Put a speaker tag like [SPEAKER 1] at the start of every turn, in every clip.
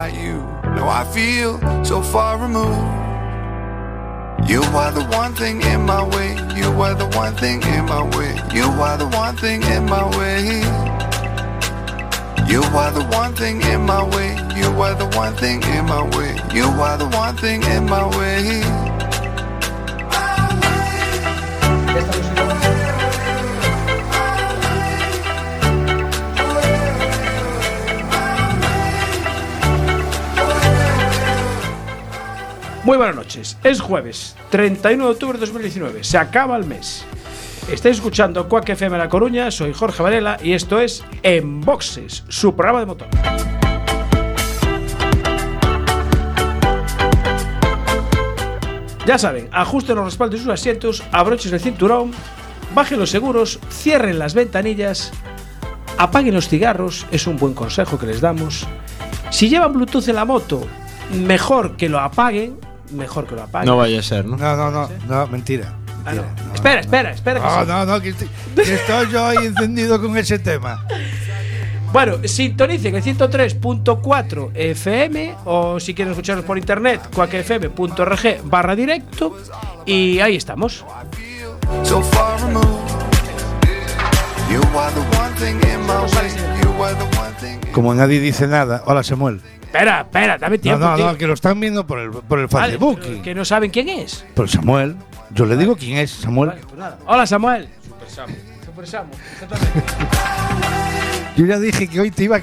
[SPEAKER 1] like you. No, I feel so far removed. You are the one thing in my way. You are the one thing in my way. You are the one thing in my way. You are the one thing in my way. You are the one thing in my way. You are the one thing in my way.
[SPEAKER 2] Muy buenas noches. Es jueves, 31 de octubre de 2019. Se acaba el mes. Estáis escuchando Quack FM La Coruña, soy Jorge Varela y esto es En Boxes, su programa de motor. Ya saben, ajusten los respaldos de sus asientos, abrochen el cinturón, bajen los seguros, cierren las ventanillas, apaguen los cigarros, es un buen consejo que les damos. Si llevan Bluetooth en la moto, mejor que lo apaguen, mejor que lo apaguen.
[SPEAKER 3] No vaya a ser, ¿no?
[SPEAKER 4] No, no, no, no, mentira.
[SPEAKER 2] Ah, no.
[SPEAKER 4] mentira. No,
[SPEAKER 2] espera,
[SPEAKER 4] no,
[SPEAKER 2] espera, espera. que
[SPEAKER 4] No,
[SPEAKER 2] sí.
[SPEAKER 4] no, no, que estoy, que estoy yo ahí encendido con ese tema.
[SPEAKER 2] Bueno, sintonicen el 103.4 FM o si quieren escucharnos por internet, cuacfm.org barra directo y ahí estamos.
[SPEAKER 1] so far removed. You are the one thing in my way. You are the one thing. In
[SPEAKER 4] Como nadie dice nada. Hola, Samuel.
[SPEAKER 2] Espera, espera, dame
[SPEAKER 4] No,
[SPEAKER 2] tiempo.
[SPEAKER 4] no,
[SPEAKER 2] tío.
[SPEAKER 4] no, que lo están viendo por el, por el fan
[SPEAKER 2] Vale,
[SPEAKER 4] de
[SPEAKER 2] pero
[SPEAKER 4] Booking.
[SPEAKER 2] que no saben quién es.
[SPEAKER 4] Por Samuel. Yo le digo quién es Samuel.
[SPEAKER 2] Vale, pues nada. Hola Samuel. Super Samu.
[SPEAKER 4] Yo ya dije que hoy te iba a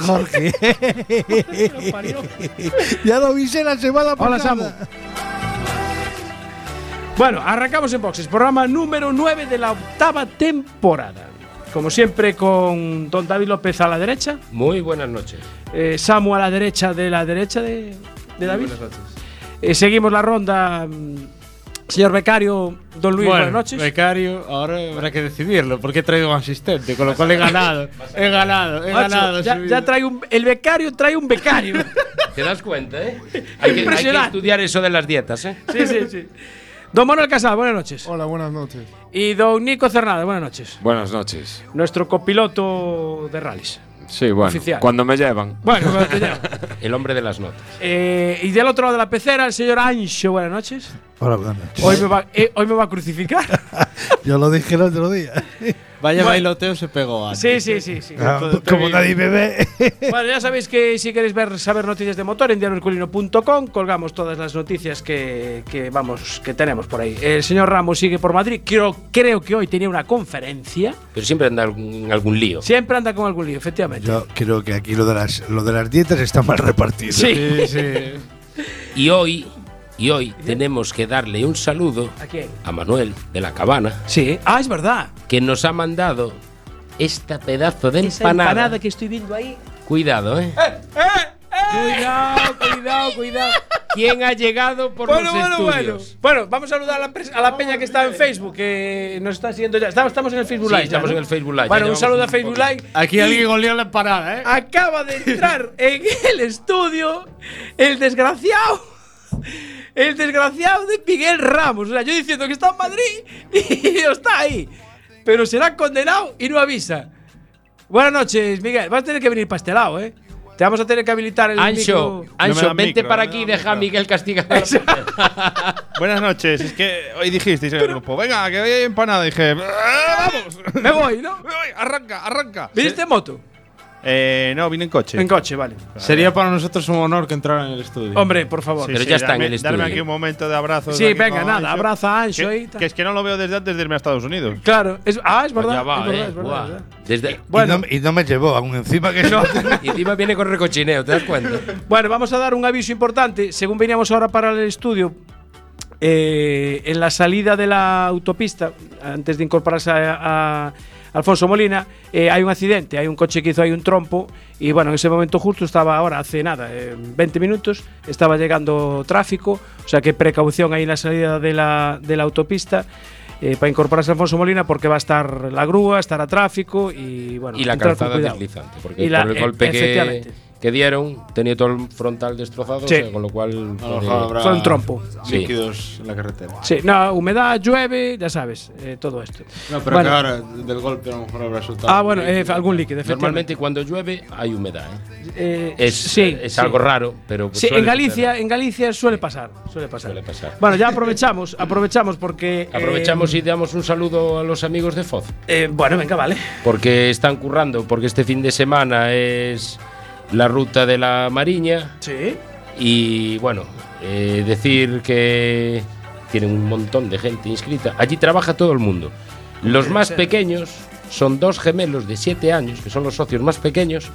[SPEAKER 4] Jorge. ya lo avisé la semana pasada.
[SPEAKER 2] Hola Samu. Bueno, arrancamos en boxes, programa número 9 de la octava temporada. Como siempre con Don David López a la derecha.
[SPEAKER 5] Muy buenas noches.
[SPEAKER 2] Eh, Samu a la derecha de la derecha de, de David.
[SPEAKER 5] Buenas noches.
[SPEAKER 2] Eh, seguimos la ronda. mm, Señor becario, don Luis, buenas noches.
[SPEAKER 3] Becario, ahora habrá que decidirlo, porque he traído un asistente, con lo cual he ganado. He ganado, he
[SPEAKER 2] Macho,
[SPEAKER 3] ganado.
[SPEAKER 2] ya,
[SPEAKER 3] soy-
[SPEAKER 2] ya trae un, el becario trae un becario.
[SPEAKER 5] ¿Te das cuenta, eh? Hay que, hay que
[SPEAKER 2] Impresionante.
[SPEAKER 5] estudiar eso de las dietas, eh.
[SPEAKER 2] sí, sí, sí. Don Manuel Casal, buenas noches.
[SPEAKER 6] Hola, buenas noches.
[SPEAKER 2] Y don Nico Cerrada, buenas noches.
[SPEAKER 7] Buenas noches.
[SPEAKER 2] Nuestro copiloto de rallies.
[SPEAKER 7] Sí, bueno.
[SPEAKER 2] Oficial.
[SPEAKER 7] Cuando me llevan.
[SPEAKER 2] Bueno, bueno, te llamo.
[SPEAKER 5] El hombre de las notas.
[SPEAKER 2] Eh, y del otro lado de la pecera, el señor Ancho, buenas noches.
[SPEAKER 4] Hola, buenas noches.
[SPEAKER 2] Hoy me va, eh, hoy me va a crucificar.
[SPEAKER 4] Yo lo dije el otro día.
[SPEAKER 3] Vaya
[SPEAKER 2] Bueno.
[SPEAKER 3] bailoteo se pegó antes.
[SPEAKER 2] sí, sí, sí. sí.
[SPEAKER 4] Ah, Como nadie me ve.
[SPEAKER 2] Bueno, ya sabéis que si queréis ver, saber noticias de motor en diarioherculino.com, colgamos todas las noticias que, que, vamos, que tenemos por ahí. El señor Ramos sigue por Madrid, creo, creo que hoy tenía una conferencia.
[SPEAKER 5] Pero siempre anda algún- en algún lío.
[SPEAKER 2] Siempre anda con algún lío, efectivamente.
[SPEAKER 4] Yo creo que aquí lo de las, lo de las dietas está mal repartido.
[SPEAKER 2] sí.
[SPEAKER 3] Sí, sí.
[SPEAKER 5] Y hoy, y hoy tenemos que darle un saludo
[SPEAKER 2] ¿A quién?
[SPEAKER 5] a Manuel de la Cabana,
[SPEAKER 2] Sí. Ah, es verdad.
[SPEAKER 5] que nos ha mandado esta pedazo de
[SPEAKER 2] Esa
[SPEAKER 5] empanada.
[SPEAKER 2] empanada que estoy viendo ahí.
[SPEAKER 5] Cuidado, eh. Cuidado, cuidado, cuidado. ¿Quién ha llegado por los estudios?
[SPEAKER 2] Bueno, vamos a saludar a la, pres- a la peña que está en Facebook, que nos está siguiendo ya. Estamos, estamos en el Facebook
[SPEAKER 5] Sí,
[SPEAKER 2] Live. ya,
[SPEAKER 5] estamos
[SPEAKER 2] ¿no?
[SPEAKER 5] en el Facebook Live, ya
[SPEAKER 2] Bueno, un
[SPEAKER 5] llevamos
[SPEAKER 2] saludo
[SPEAKER 5] un
[SPEAKER 2] a Facebook
[SPEAKER 5] poco.
[SPEAKER 2] Live.
[SPEAKER 3] Aquí alguien olió la parada, ¿eh?
[SPEAKER 2] Acaba de entrar en el estudio el desgraciado. El desgraciado de Miguel Ramos. O sea, yo diciendo que está en Madrid y está ahí. Pero será condenado y no avisa. Buenas noches, Miguel. Vas a tener que venir pastelado, ¿eh? Te vamos a tener que habilitar el
[SPEAKER 5] Ancho,
[SPEAKER 2] micro.
[SPEAKER 5] Ancho,
[SPEAKER 8] dan
[SPEAKER 5] vente
[SPEAKER 8] micro,
[SPEAKER 5] para
[SPEAKER 8] no me
[SPEAKER 5] aquí y
[SPEAKER 8] dan
[SPEAKER 5] deja a
[SPEAKER 8] micro.
[SPEAKER 5] Miguel castigado.
[SPEAKER 8] Buenas noches. Es que hoy dijisteis en el grupo, venga, que hay empanada. Dije, "Ah, vamos.
[SPEAKER 2] Me voy, ¿no?
[SPEAKER 8] Me voy, arranca, arranca.
[SPEAKER 2] ¿Viniste en este moto?
[SPEAKER 8] Eh, no, vine en coche.
[SPEAKER 2] En coche, vale.
[SPEAKER 3] Sería para nosotros un honor que entrara en el estudio.
[SPEAKER 2] Hombre, por favor.
[SPEAKER 8] Sí,
[SPEAKER 5] Pero
[SPEAKER 8] sí,
[SPEAKER 5] ya está en
[SPEAKER 8] darme-
[SPEAKER 5] el estudio.
[SPEAKER 8] Darme aquí un momento de abrazo.
[SPEAKER 2] Sí, venga, nada, abraza a Ancho ahí,
[SPEAKER 8] que,
[SPEAKER 2] tal.
[SPEAKER 8] que es que no lo veo desde antes de irme a Estados Unidos.
[SPEAKER 2] Claro, es, ah, es verdad.
[SPEAKER 5] Ya va,
[SPEAKER 2] es verdad,
[SPEAKER 5] eh.
[SPEAKER 2] es verdad,
[SPEAKER 5] Buah.
[SPEAKER 2] es verdad.
[SPEAKER 5] Desde,
[SPEAKER 4] Y,
[SPEAKER 2] Bueno,
[SPEAKER 4] no, y no me llevó, aún encima que no.
[SPEAKER 5] y encima viene con recochineo, ¿te das cuenta?
[SPEAKER 2] Bueno, vamos a dar un aviso importante. Según veníamos ahora para el estudio, eh, en la salida de la autopista, antes de incorporarse a, a Alfonso Molina, eh, hay un accidente, hay un coche que hizo ahí un trompo y bueno, en ese momento justo estaba ahora, hace nada, eh, 20 minutos, estaba llegando tráfico, o sea que precaución ahí en la salida de la, de la autopista. eh, para incorporarse a Alfonso Molina porque va a estar la grúa, estará tráfico y bueno,
[SPEAKER 5] Y la
[SPEAKER 2] entrar con
[SPEAKER 5] calzada
[SPEAKER 2] cuidado.
[SPEAKER 5] deslizante, porque
[SPEAKER 2] Y la-
[SPEAKER 5] por el
[SPEAKER 2] e-
[SPEAKER 5] golpe que,
[SPEAKER 2] efectivamente.
[SPEAKER 5] que dieron tenía todo el frontal destrozado,
[SPEAKER 2] Sí.
[SPEAKER 5] o sea, con lo cual.
[SPEAKER 9] A lo
[SPEAKER 5] fue-
[SPEAKER 9] mejor habrá
[SPEAKER 2] Fue un trompo.
[SPEAKER 5] Sí.
[SPEAKER 9] líquidos en la carretera.
[SPEAKER 2] Sí, no, humedad, llueve, ya sabes, eh, todo esto.
[SPEAKER 9] No, pero
[SPEAKER 2] Bueno.
[SPEAKER 9] que ahora del golpe a lo mejor habrá soltado.
[SPEAKER 2] Ah, bueno, eh, algún líquido, efectivamente.
[SPEAKER 5] Normalmente cuando llueve hay humedad. ¿eh?
[SPEAKER 2] Eh,
[SPEAKER 5] Es,
[SPEAKER 2] sí,
[SPEAKER 5] es
[SPEAKER 2] sí.
[SPEAKER 5] algo raro, pero.
[SPEAKER 2] Sí,
[SPEAKER 5] suele
[SPEAKER 2] en Galicia,
[SPEAKER 5] suceder.
[SPEAKER 2] en Galicia suele pasar, suele pasar.
[SPEAKER 5] Suele pasar.
[SPEAKER 2] Bueno, ya aprovechamos, aprovechamos porque eh,
[SPEAKER 5] Aprovechamos y damos un saludo a los amigos de Foz.
[SPEAKER 2] eh, bueno, venga, vale.
[SPEAKER 5] porque están currando, porque este fin de semana es la ruta de la Mariña
[SPEAKER 2] Sí.
[SPEAKER 5] y bueno, eh, decir que tienen un montón de gente inscrita. Allí trabaja todo el mundo. Los más pequeños son dos gemelos de 7 años, que son los socios más pequeños,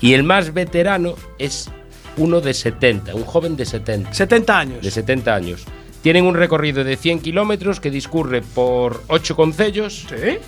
[SPEAKER 5] y el más veterano es uno de 70, un joven de 70
[SPEAKER 2] 70 años.
[SPEAKER 5] de 70 años. Tienen un recorrido de 100 kilómetros que discurre por 8 concellos.
[SPEAKER 2] Sí.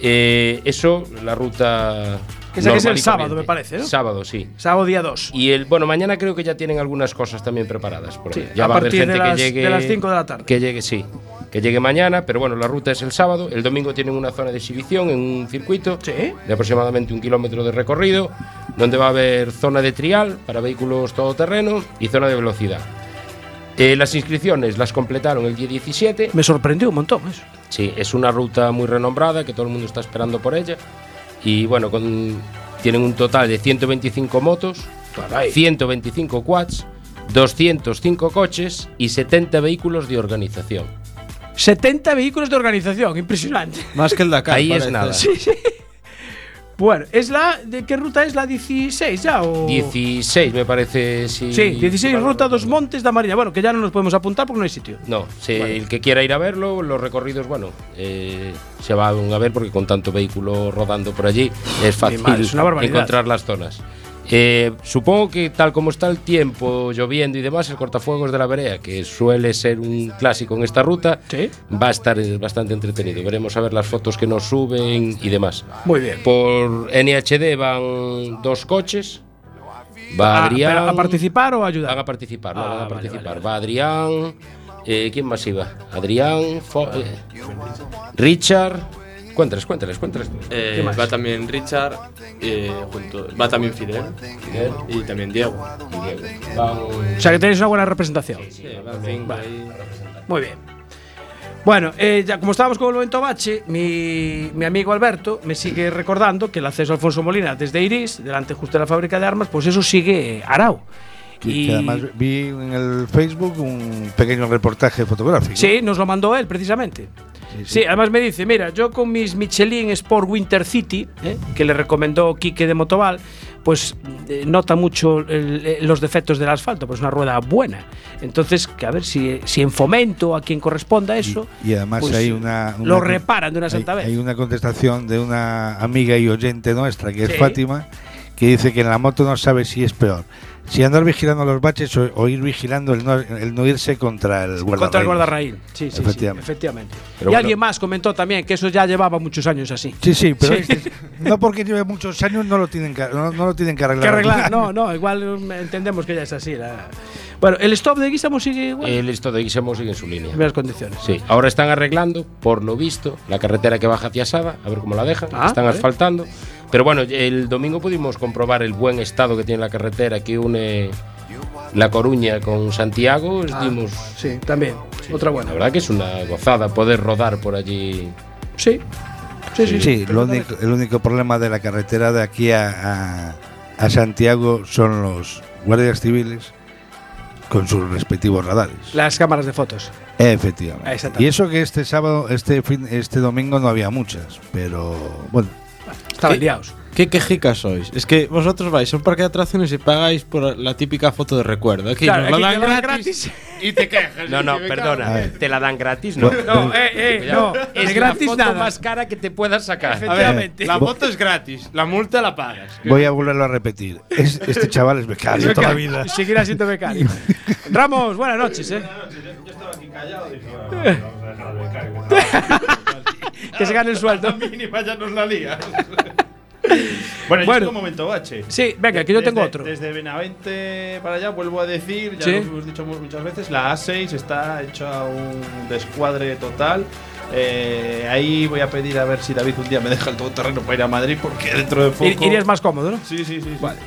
[SPEAKER 5] Eh, eso, la ruta.
[SPEAKER 2] Esa que es el
[SPEAKER 5] normal y
[SPEAKER 2] sábado,
[SPEAKER 5] corriente.
[SPEAKER 2] me parece, ¿no?
[SPEAKER 5] Sábado, sí.
[SPEAKER 2] Sábado día 2.
[SPEAKER 5] Y el, bueno, mañana creo que ya tienen algunas cosas también preparadas. Por ahí.
[SPEAKER 2] Sí,
[SPEAKER 5] ya
[SPEAKER 2] a
[SPEAKER 5] va a haber
[SPEAKER 2] partir
[SPEAKER 5] gente
[SPEAKER 2] de las-
[SPEAKER 5] que llegue.
[SPEAKER 2] de las cinco de la tarde.
[SPEAKER 5] Que llegue, sí. Que llegue mañana, pero bueno, la ruta es el sábado. El domingo tienen una zona de exhibición en un circuito
[SPEAKER 2] Sí.
[SPEAKER 5] de aproximadamente un kilómetro de recorrido, donde va a haber zona de trial para vehículos todoterreno y zona de velocidad. Eh, las inscripciones las completaron el día 17.
[SPEAKER 2] Me sorprendió un montón eso.
[SPEAKER 5] Sí, es una ruta muy renombrada que todo el mundo está esperando por ella. Y bueno, con, tienen un total de 125 motos, 125 quads, 205 coches y 70 vehículos de organización.
[SPEAKER 2] 70 vehículos de organización, impresionante.
[SPEAKER 9] Más que el Dakar.
[SPEAKER 5] Ahí es
[SPEAKER 9] parece.
[SPEAKER 5] nada.
[SPEAKER 2] Bueno, ¿es la de qué ruta es la 16 ya o
[SPEAKER 5] 16, me parece. Si
[SPEAKER 2] Sí, 16
[SPEAKER 5] Vale,
[SPEAKER 2] ruta dos
[SPEAKER 5] vale.
[SPEAKER 2] montes da Marina. Bueno, que ya no nos podemos apuntar porque no hay sitio.
[SPEAKER 5] No, si Eh, el que quiera ir a verlo, los recorridos, bueno, eh, se van a ver porque con tanto vehículo rodando por allí es fácil
[SPEAKER 2] madre, es una barbaridad.
[SPEAKER 5] encontrar las zonas. Eh, supongo que tal como está el tiempo, lloviendo y demás, el cortafuegos de la vereda, que suele ser un clásico en esta ruta,
[SPEAKER 2] Sí.
[SPEAKER 5] va a estar eh, bastante entretenido. Veremos a ver las fotos que nos suben y demás.
[SPEAKER 2] Muy bien.
[SPEAKER 5] Por NHD van dos coches.
[SPEAKER 2] Ah,
[SPEAKER 5] Va Adrián-
[SPEAKER 2] pero ¿A participar o a
[SPEAKER 5] Van
[SPEAKER 2] ayudar?
[SPEAKER 5] a participar, no,
[SPEAKER 2] Ah,
[SPEAKER 5] van a
[SPEAKER 2] vale,
[SPEAKER 5] participar.
[SPEAKER 2] vale,
[SPEAKER 5] Va Adrián. eh, ¿Quién más iba? Adrián, Fo- eh, Richard. Cuéntales, cuéntales, cuéntales. tú.
[SPEAKER 3] Eh, va también Richard, eh, junto, va también Fidel
[SPEAKER 5] Fidel
[SPEAKER 3] y también Diego.
[SPEAKER 5] y Diego. Van-
[SPEAKER 2] O sea, que tenéis una buena representación.
[SPEAKER 3] Sí, van cinco ahí.
[SPEAKER 2] Muy bien. Bueno, eh, ya como estábamos con el momento bache, mi, mi amigo Alberto me sigue recordando que el acceso a Alfonso Molina desde Iris, delante justo de la fábrica de armas, pues eso sigue eh, arao.
[SPEAKER 4] Y que además vi en el Facebook un pequeño reportaje fotográfico.
[SPEAKER 2] Sí, nos lo mandó él precisamente. Sí, además me dice, mira, yo con mis Michelin Sport Winter City, ¿eh? que le recomendó Quique de Motoval, pues eh, nota mucho el- eh, los defectos del asfalto, pues una rueda buena. Entonces, que a ver si, si en fomento a quien corresponda eso.
[SPEAKER 4] Y además
[SPEAKER 2] pues,
[SPEAKER 4] hay una, una
[SPEAKER 2] Lo
[SPEAKER 4] con-
[SPEAKER 2] reparan de una santa
[SPEAKER 4] hay,
[SPEAKER 2] vez.
[SPEAKER 4] hay una contestación de una amiga y oyente nuestra que es
[SPEAKER 2] Sí.
[SPEAKER 4] Fátima que dice que en la moto no sabe si es peor. Si andar vigilando los baches o, o ir vigilando el no, el no irse contra el guardarraíl.
[SPEAKER 2] Contra el guardarraíl. Sí, sí, sí, efectivamente.
[SPEAKER 4] Efectivamente.
[SPEAKER 2] Y
[SPEAKER 5] Pero bueno.
[SPEAKER 2] alguien más comentó también que eso ya llevaba muchos años así.
[SPEAKER 4] Sí, sí, pero
[SPEAKER 2] Sí.
[SPEAKER 4] este es- no porque lleve muchos años no lo tienen que, no, no lo tienen que arreglar.
[SPEAKER 2] Que arreglar, no, no, igual um, entendemos que ya es así. la- Bueno, el stop de Guisamo sigue igual.
[SPEAKER 5] El listo de Guisamo sigue en su línea.
[SPEAKER 2] en las condiciones.
[SPEAKER 5] Sí, ahora están arreglando, por lo visto, la carretera que baja hacia Saba, a ver cómo la dejan,
[SPEAKER 2] Ah,
[SPEAKER 5] están
[SPEAKER 2] vale.
[SPEAKER 5] asfaltando. Pero bueno, el domingo pudimos comprobar el buen estado que tiene la carretera que une La Coruña con Santiago.
[SPEAKER 2] Ah,
[SPEAKER 5] Dimos-
[SPEAKER 2] sí, también. Otra buena.
[SPEAKER 5] La verdad que es una gozada poder rodar por allí.
[SPEAKER 2] Sí. Sí, sí,
[SPEAKER 4] Sí,
[SPEAKER 2] sí.
[SPEAKER 4] lo único- el único problema de la carretera de aquí a, a- a Santiago son los guardias civiles con sus respectivos radares.
[SPEAKER 2] Las cámaras de fotos. Ah,
[SPEAKER 4] Efectivamente.
[SPEAKER 2] exactamente.
[SPEAKER 4] Y eso que este sábado, este fin, este domingo no había muchas, pero bueno, Eh,
[SPEAKER 2] Estaban
[SPEAKER 9] ¿Qué?
[SPEAKER 2] liados.
[SPEAKER 9] Qué quejicas sois. Es que vosotros vais a un parque de atracciones y pagáis por la típica foto de recuerdo. Aquí
[SPEAKER 2] Claro,
[SPEAKER 9] nos
[SPEAKER 2] aquí
[SPEAKER 9] la
[SPEAKER 2] te
[SPEAKER 9] dan
[SPEAKER 2] lo dan
[SPEAKER 9] gratis.
[SPEAKER 2] gratis.
[SPEAKER 9] y te quejas.
[SPEAKER 5] No, no,
[SPEAKER 4] A
[SPEAKER 5] perdona,
[SPEAKER 4] ver.
[SPEAKER 5] te la dan gratis, ¿no?
[SPEAKER 4] Bueno,
[SPEAKER 2] No, eh, eh, no. Es
[SPEAKER 5] Es
[SPEAKER 2] gratis
[SPEAKER 5] la foto
[SPEAKER 2] nada.
[SPEAKER 5] más cara que te puedas sacar.
[SPEAKER 9] A ver,
[SPEAKER 2] Efectivamente.
[SPEAKER 9] la foto es gratis, la multa la pagas.
[SPEAKER 4] voy a volverlo a repetir. Es- este chaval es becario toda la vida.
[SPEAKER 2] Seguirá siendo becario. Ramos, buenas noches, eh. Que se gane el sueldo.
[SPEAKER 8] mínima ya nos la lía. bueno, yo
[SPEAKER 2] Bueno.
[SPEAKER 8] tengo un momento bache.
[SPEAKER 2] Sí, venga, que yo tengo
[SPEAKER 8] Desde-
[SPEAKER 2] otro.
[SPEAKER 8] Desde Benavente para allá, vuelvo a decir, ya
[SPEAKER 2] Sí.
[SPEAKER 8] lo hemos dicho mu- muchas veces, la A6 está hecha un descuadre total. Eh, ahí voy a pedir a ver si David un día me deja el todo terreno para ir a Madrid, porque dentro de poco.
[SPEAKER 2] Ir- Irías más cómodo, ¿no?
[SPEAKER 8] Sí, sí, sí. sí.
[SPEAKER 2] Vale.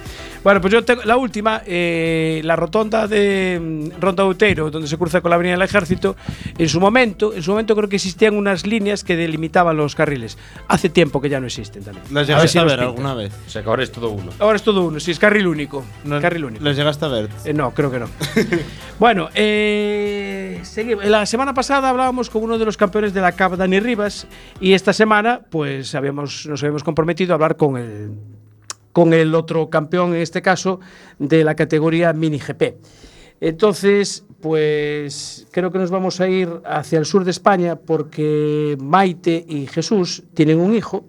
[SPEAKER 2] Bueno, pues yo tengo la última, eh, la rotonda de mm, Ronda Outeiro, donde se cruza con la Avenida del Ejército. En su momento, en su momento creo que existían unas líneas que delimitaban los carriles. Hace tiempo que ya no existen también.
[SPEAKER 3] ¿Los
[SPEAKER 2] A ver si
[SPEAKER 3] llegaste a
[SPEAKER 2] nos
[SPEAKER 3] ver
[SPEAKER 2] pintan.
[SPEAKER 3] alguna vez?
[SPEAKER 5] O sea que ahora es todo uno.
[SPEAKER 2] Ahora es todo uno, sí, es carril único.
[SPEAKER 3] No-
[SPEAKER 2] carril único.
[SPEAKER 3] ¿Los llegaste a ver?
[SPEAKER 2] Eh, no, creo que no. bueno, eh, segui- la semana pasada hablábamos con uno de los campeones de la CAP, Dani Rivas, y esta semana pues habíamos, nos habíamos comprometido a hablar con el, con el otro campeón, en este caso, de la categoría Mini GP. Entonces, pues creo que nos vamos a ir hacia el sur de España porque Maite y Jesús tienen un hijo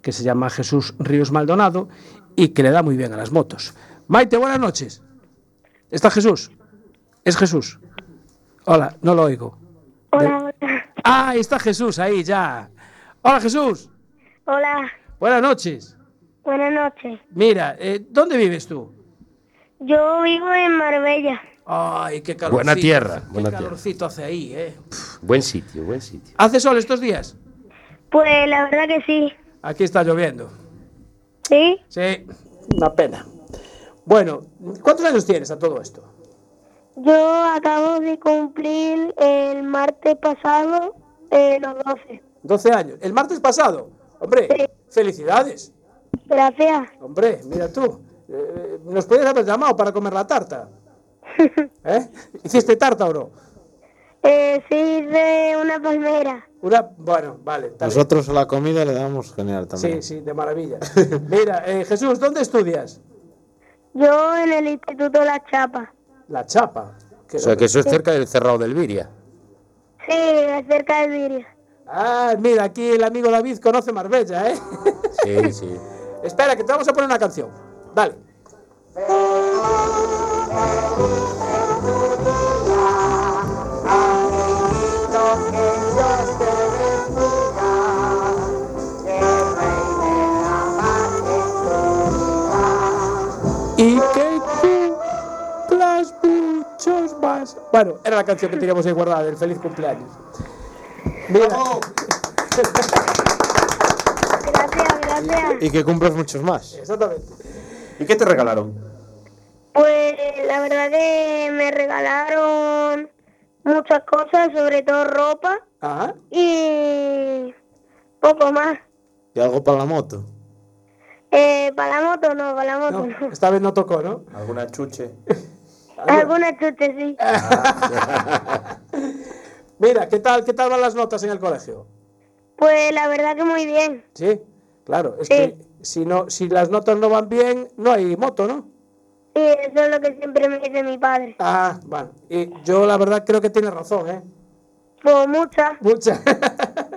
[SPEAKER 2] que se llama Jesús Ríos Maldonado y que le da muy bien a las motos. Maite, buenas noches. ¿Está Jesús? Es Jesús. Hola, no lo oigo.
[SPEAKER 10] Hola, hola,
[SPEAKER 2] Ah, está Jesús ahí ya. Hola Jesús,
[SPEAKER 10] hola,
[SPEAKER 2] buenas noches.
[SPEAKER 10] buenas noches.
[SPEAKER 2] Mira, eh, ¿dónde vives tú?
[SPEAKER 10] Yo vivo en Marbella.
[SPEAKER 2] Ay, qué calorcito.
[SPEAKER 5] Buena tierra,
[SPEAKER 2] Qué
[SPEAKER 5] buena tierra.
[SPEAKER 2] calorcito hace ahí, ¿eh?
[SPEAKER 5] Buen sitio, buen sitio.
[SPEAKER 2] ¿Hace sol estos días?
[SPEAKER 10] Pues la verdad que sí,
[SPEAKER 2] Aquí está lloviendo.
[SPEAKER 10] ¿sí?
[SPEAKER 2] Sí, una pena. Bueno, ¿cuántos años tienes a todo esto?
[SPEAKER 10] Yo acabo de cumplir el martes pasado eh, los 12.
[SPEAKER 2] 12 años. ¿El martes pasado? Hombre,
[SPEAKER 10] Sí.
[SPEAKER 2] felicidades.
[SPEAKER 10] Gracias.
[SPEAKER 2] Hombre, mira tú. Eh, ¿Nos podías haber llamado para comer la tarta? ¿Eh? ¿Hiciste tarta o no?
[SPEAKER 10] Eh, sí, de una palmera.
[SPEAKER 2] Una, bueno, vale. está bien.
[SPEAKER 3] Nosotros a la comida le damos genial
[SPEAKER 2] Sí,
[SPEAKER 3] también.
[SPEAKER 2] sí, de maravilla. Mira, eh, Jesús, ¿dónde estudias?
[SPEAKER 10] Yo en el Instituto La Chapa.
[SPEAKER 2] La Chapa. Que-
[SPEAKER 5] O sea que eso es cerca del cerrado del Viria.
[SPEAKER 10] Sí, acerca de Viria.
[SPEAKER 2] Ah, mira, aquí el amigo David conoce Marbella, ¿eh?
[SPEAKER 5] Sí, sí.
[SPEAKER 2] Espera, que te vamos a poner una canción. Dale. Y que cumplas muchos más. Bueno, era la canción que teníamos ahí guardada del feliz cumpleaños. Mira.
[SPEAKER 10] Gracias, gracias.
[SPEAKER 3] Y que cumples muchos más.
[SPEAKER 2] Exactamente.
[SPEAKER 3] ¿Y qué te regalaron?
[SPEAKER 10] Pues la verdad que me regalaron muchas cosas, sobre todo ropa
[SPEAKER 2] Ajá.
[SPEAKER 10] y poco más.
[SPEAKER 3] ¿Y algo para la moto?
[SPEAKER 10] Eh, para la moto no, para la moto no.
[SPEAKER 2] No, esta vez no tocó, ¿no?
[SPEAKER 3] ¿Alguna chuche?
[SPEAKER 10] Alguna chuches sí.
[SPEAKER 2] Mira, ¿qué tal, ¿qué tal van las notas en el colegio?
[SPEAKER 10] Pues la verdad que muy bien.
[SPEAKER 2] Sí, claro, es que
[SPEAKER 10] Sí.
[SPEAKER 2] si, no, si las notas no van bien, no hay moto, ¿no?
[SPEAKER 10] Sí, eso es lo que siempre me dice mi padre.
[SPEAKER 2] Ah, bueno, y yo la verdad creo que tienes razón, ¿eh?
[SPEAKER 10] Pues muchas.
[SPEAKER 2] Mucha.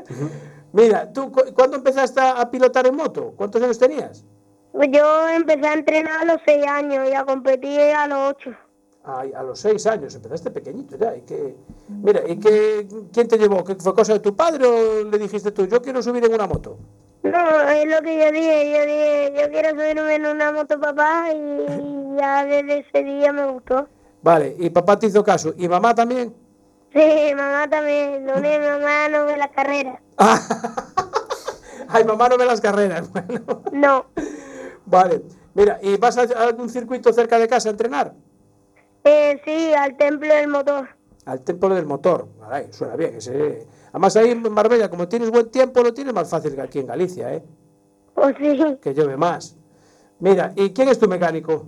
[SPEAKER 2] Mira, ¿tú cu- cuándo empezaste a a pilotar en moto? ¿Cuántos años tenías?
[SPEAKER 10] Pues Yo empecé a entrenar a los 6 años y a competir a los 8.
[SPEAKER 2] Ay, a los seis años, empezaste pequeñito ya. ¿y qué? Mira, ¿y qué, quién te llevó? ¿Que ¿Fue cosa de tu padre o le dijiste tú, yo quiero subir en una moto?
[SPEAKER 10] No, es lo que yo dije. Yo dije, yo quiero subirme en una moto papá y ya desde ese día me gustó.
[SPEAKER 2] Vale, y papá te hizo caso. ¿Y mamá también?
[SPEAKER 10] Sí, mamá también. Lo único que mi mamá no ve la carrera.
[SPEAKER 2] Ay, mamá no ve las carreras. Bueno,
[SPEAKER 10] No.
[SPEAKER 2] vale. Mira, ¿y vas a a algún circuito cerca de casa a entrenar?
[SPEAKER 10] Eh, sí, al templo del motor.
[SPEAKER 2] Al templo del motor. Caray, suena bien. Ese. eh. Además, ahí en Marbella, como tienes buen tiempo, lo tienes más fácil que aquí en Galicia, ¿eh?
[SPEAKER 10] Pues sí.
[SPEAKER 2] Que llueve más. Mira, ¿y quién es tu mecánico?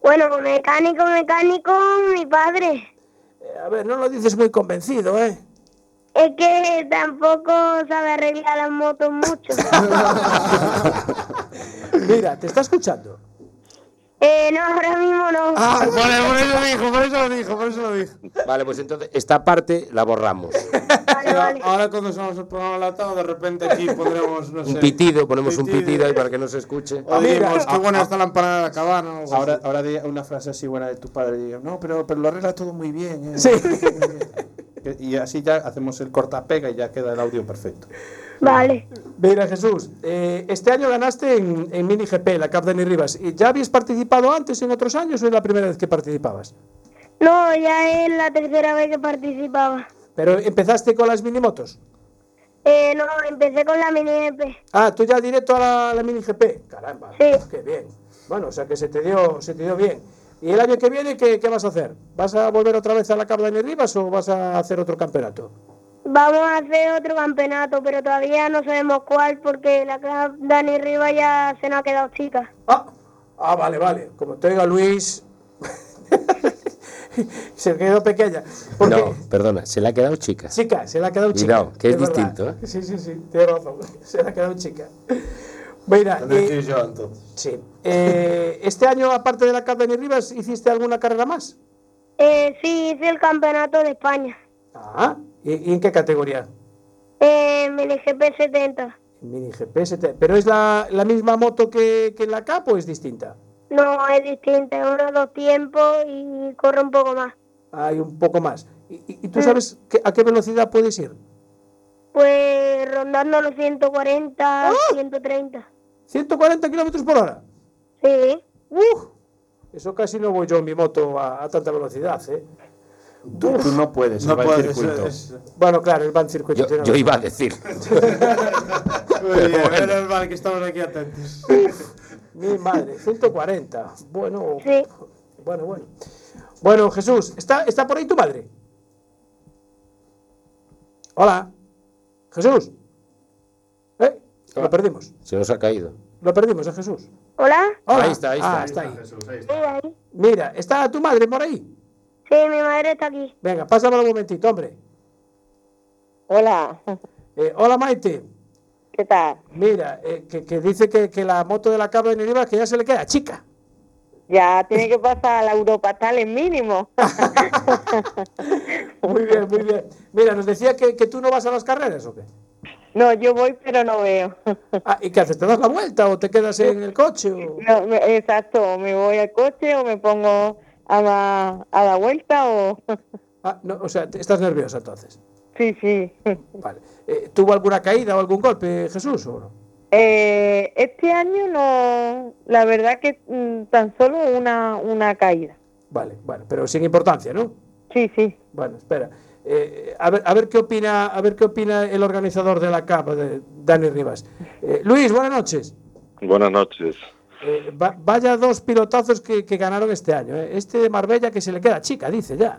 [SPEAKER 10] Bueno, mecánico, mecánico, mi padre.
[SPEAKER 2] Eh, a ver, no lo dices muy convencido, ¿eh?
[SPEAKER 10] Es que tampoco sabe arreglar las motos mucho.
[SPEAKER 2] Mira, te está escuchando.
[SPEAKER 10] eh, no, ahora mismo no.
[SPEAKER 3] Ah, por, por eso lo dijo, por eso lo dijo, por eso lo dijo.
[SPEAKER 5] Vale, pues entonces esta parte la borramos.
[SPEAKER 10] Vale, vale.
[SPEAKER 3] Ahora cuando somos el programa enlatado, de repente aquí pondremos, no sé...
[SPEAKER 5] Un pitido, ponemos un
[SPEAKER 3] Pitido.
[SPEAKER 5] pitido ahí para que no se escuche.
[SPEAKER 3] O
[SPEAKER 2] Amiga.
[SPEAKER 3] diremos, qué buena está la empanada de la cabana. o algo
[SPEAKER 8] Ahora,
[SPEAKER 3] así.
[SPEAKER 8] ahora di una frase así buena de tu padre. Digo, no, pero, pero lo arregla todo muy bien. ¿eh?
[SPEAKER 2] Sí.
[SPEAKER 8] Que- Y así ya hacemos el cortapega y ya queda el audio perfecto.
[SPEAKER 10] Vale.
[SPEAKER 2] Mira, Jesús, eh, este año ganaste en, en Mini GP, la Cap Dani Rivas. ¿Y ya habías participado antes en otros años o es la primera vez que participabas?
[SPEAKER 10] No, ya es la tercera vez que participaba.
[SPEAKER 2] Pero empezaste con las minimotos.
[SPEAKER 10] Eh, no, empecé con la mini E EP.
[SPEAKER 2] Ah, tú ya directo a la, la mini GP. Caramba,
[SPEAKER 10] Sí.
[SPEAKER 2] qué bien. Bueno, o sea que se te dio, se te dio bien. ¿Y el año que viene qué, qué vas a hacer? ¿Vas a volver otra vez a la Cabra de Rivas o vas a hacer otro campeonato?
[SPEAKER 10] Vamos a hacer otro campeonato, pero todavía no sabemos cuál porque la caja Dani Riva ya se nos ha quedado chica.
[SPEAKER 2] Ah, vale, vale. Como te oiga Luis, se quedó pequeña. Porque,
[SPEAKER 5] No, perdona, se le ha quedado chica.
[SPEAKER 2] Chica, se le ha quedado chica.
[SPEAKER 5] Cuidado, que es
[SPEAKER 2] verdad.
[SPEAKER 5] distinto, ¿eh?
[SPEAKER 2] Sí, sí, sí, tienes razón. Se le ha quedado chica. Mira, eh, sí. Eh, este año, aparte de la Cabra de Rivas, ¿hiciste alguna carrera más?
[SPEAKER 10] Eh, sí, hice el campeonato de España,
[SPEAKER 2] Ah, ¿y, y en qué categoría?
[SPEAKER 10] eh, en el GP 70.
[SPEAKER 2] Mini GP, ST. ¿pero es la, la misma moto que, que la CAP o es distinta?
[SPEAKER 10] No, es distinta, es uno dos tiempos y corre un poco más.
[SPEAKER 2] Hay un poco más. ¿Y, y- y tú sabes qué- a qué velocidad puedes ir?
[SPEAKER 10] Pues rondando los 140, 130.
[SPEAKER 2] ¿140 kilómetros por hora?
[SPEAKER 10] Sí.
[SPEAKER 2] ¡Uf! Eso casi no voy yo en mi moto a, a tanta velocidad, ¿eh?
[SPEAKER 11] Tú no puedes, no puedes. eh. Circuito.
[SPEAKER 2] Bueno, claro, el van circuito.
[SPEAKER 5] Yo,
[SPEAKER 2] tiene
[SPEAKER 5] yo
[SPEAKER 2] razón.
[SPEAKER 5] iba a decir.
[SPEAKER 11] Muy bien,
[SPEAKER 5] Bueno.
[SPEAKER 11] menos mal que estamos aquí atentos.
[SPEAKER 2] Mi madre, 140. Bueno,
[SPEAKER 10] Sí.
[SPEAKER 2] bueno, bueno. Bueno, Jesús, ¿está, ¿está por ahí tu madre? Hola. Jesús. ¿Eh? Lo perdimos.
[SPEAKER 5] Se nos ha caído.
[SPEAKER 2] Lo perdimos a Jesús.
[SPEAKER 10] ¿Hola?
[SPEAKER 2] Hola.
[SPEAKER 5] Ahí está, ahí está.
[SPEAKER 2] Ah, está ahí.
[SPEAKER 10] Sí, ahí.
[SPEAKER 2] Mira, ¿está tu madre por ahí?
[SPEAKER 10] Sí, mi madre está aquí.
[SPEAKER 2] Venga, pásame un momentito, hombre.
[SPEAKER 12] Hola,
[SPEAKER 2] Eh, hola, Maite.
[SPEAKER 12] ¿qué tal?
[SPEAKER 2] Mira, eh, que, que dice que, que la moto de la cabra de Nerivas que ya se le queda chica.
[SPEAKER 12] Ya tiene que pasar la Europa tal en mínimo.
[SPEAKER 2] Muy bien, muy bien. Mira, nos decía que, que tú no vas a las carreras, ¿o qué?
[SPEAKER 12] No, yo voy pero no veo.
[SPEAKER 2] Ah, ¿Y qué haces? ¿Te das la vuelta o te quedas en el coche? o-
[SPEAKER 12] No, me- exacto, o me voy al coche o me pongo a la, a la vuelta o...
[SPEAKER 2] Ah, no, o sea, te- estás nerviosa entonces.
[SPEAKER 12] Sí, sí.
[SPEAKER 2] Vale. Eh, ¿Tuvo alguna caída o algún golpe, Jesús? o no?
[SPEAKER 12] Eh, este año no, la verdad que mm, tan solo una, una caída.
[SPEAKER 2] Vale, bueno, pero sin importancia, ¿no?
[SPEAKER 12] Sí, sí.
[SPEAKER 2] Bueno, espera. Eh, a, ver, a, ver qué opina, a ver qué opina el organizador de la capa, de Dani Rivas. Eh, Luis, buenas noches.
[SPEAKER 13] Buenas noches.
[SPEAKER 2] Eh, va- vaya dos pilotazos que, que ganaron este año. ¿eh? Este de Marbella que se le queda chica, dice ya.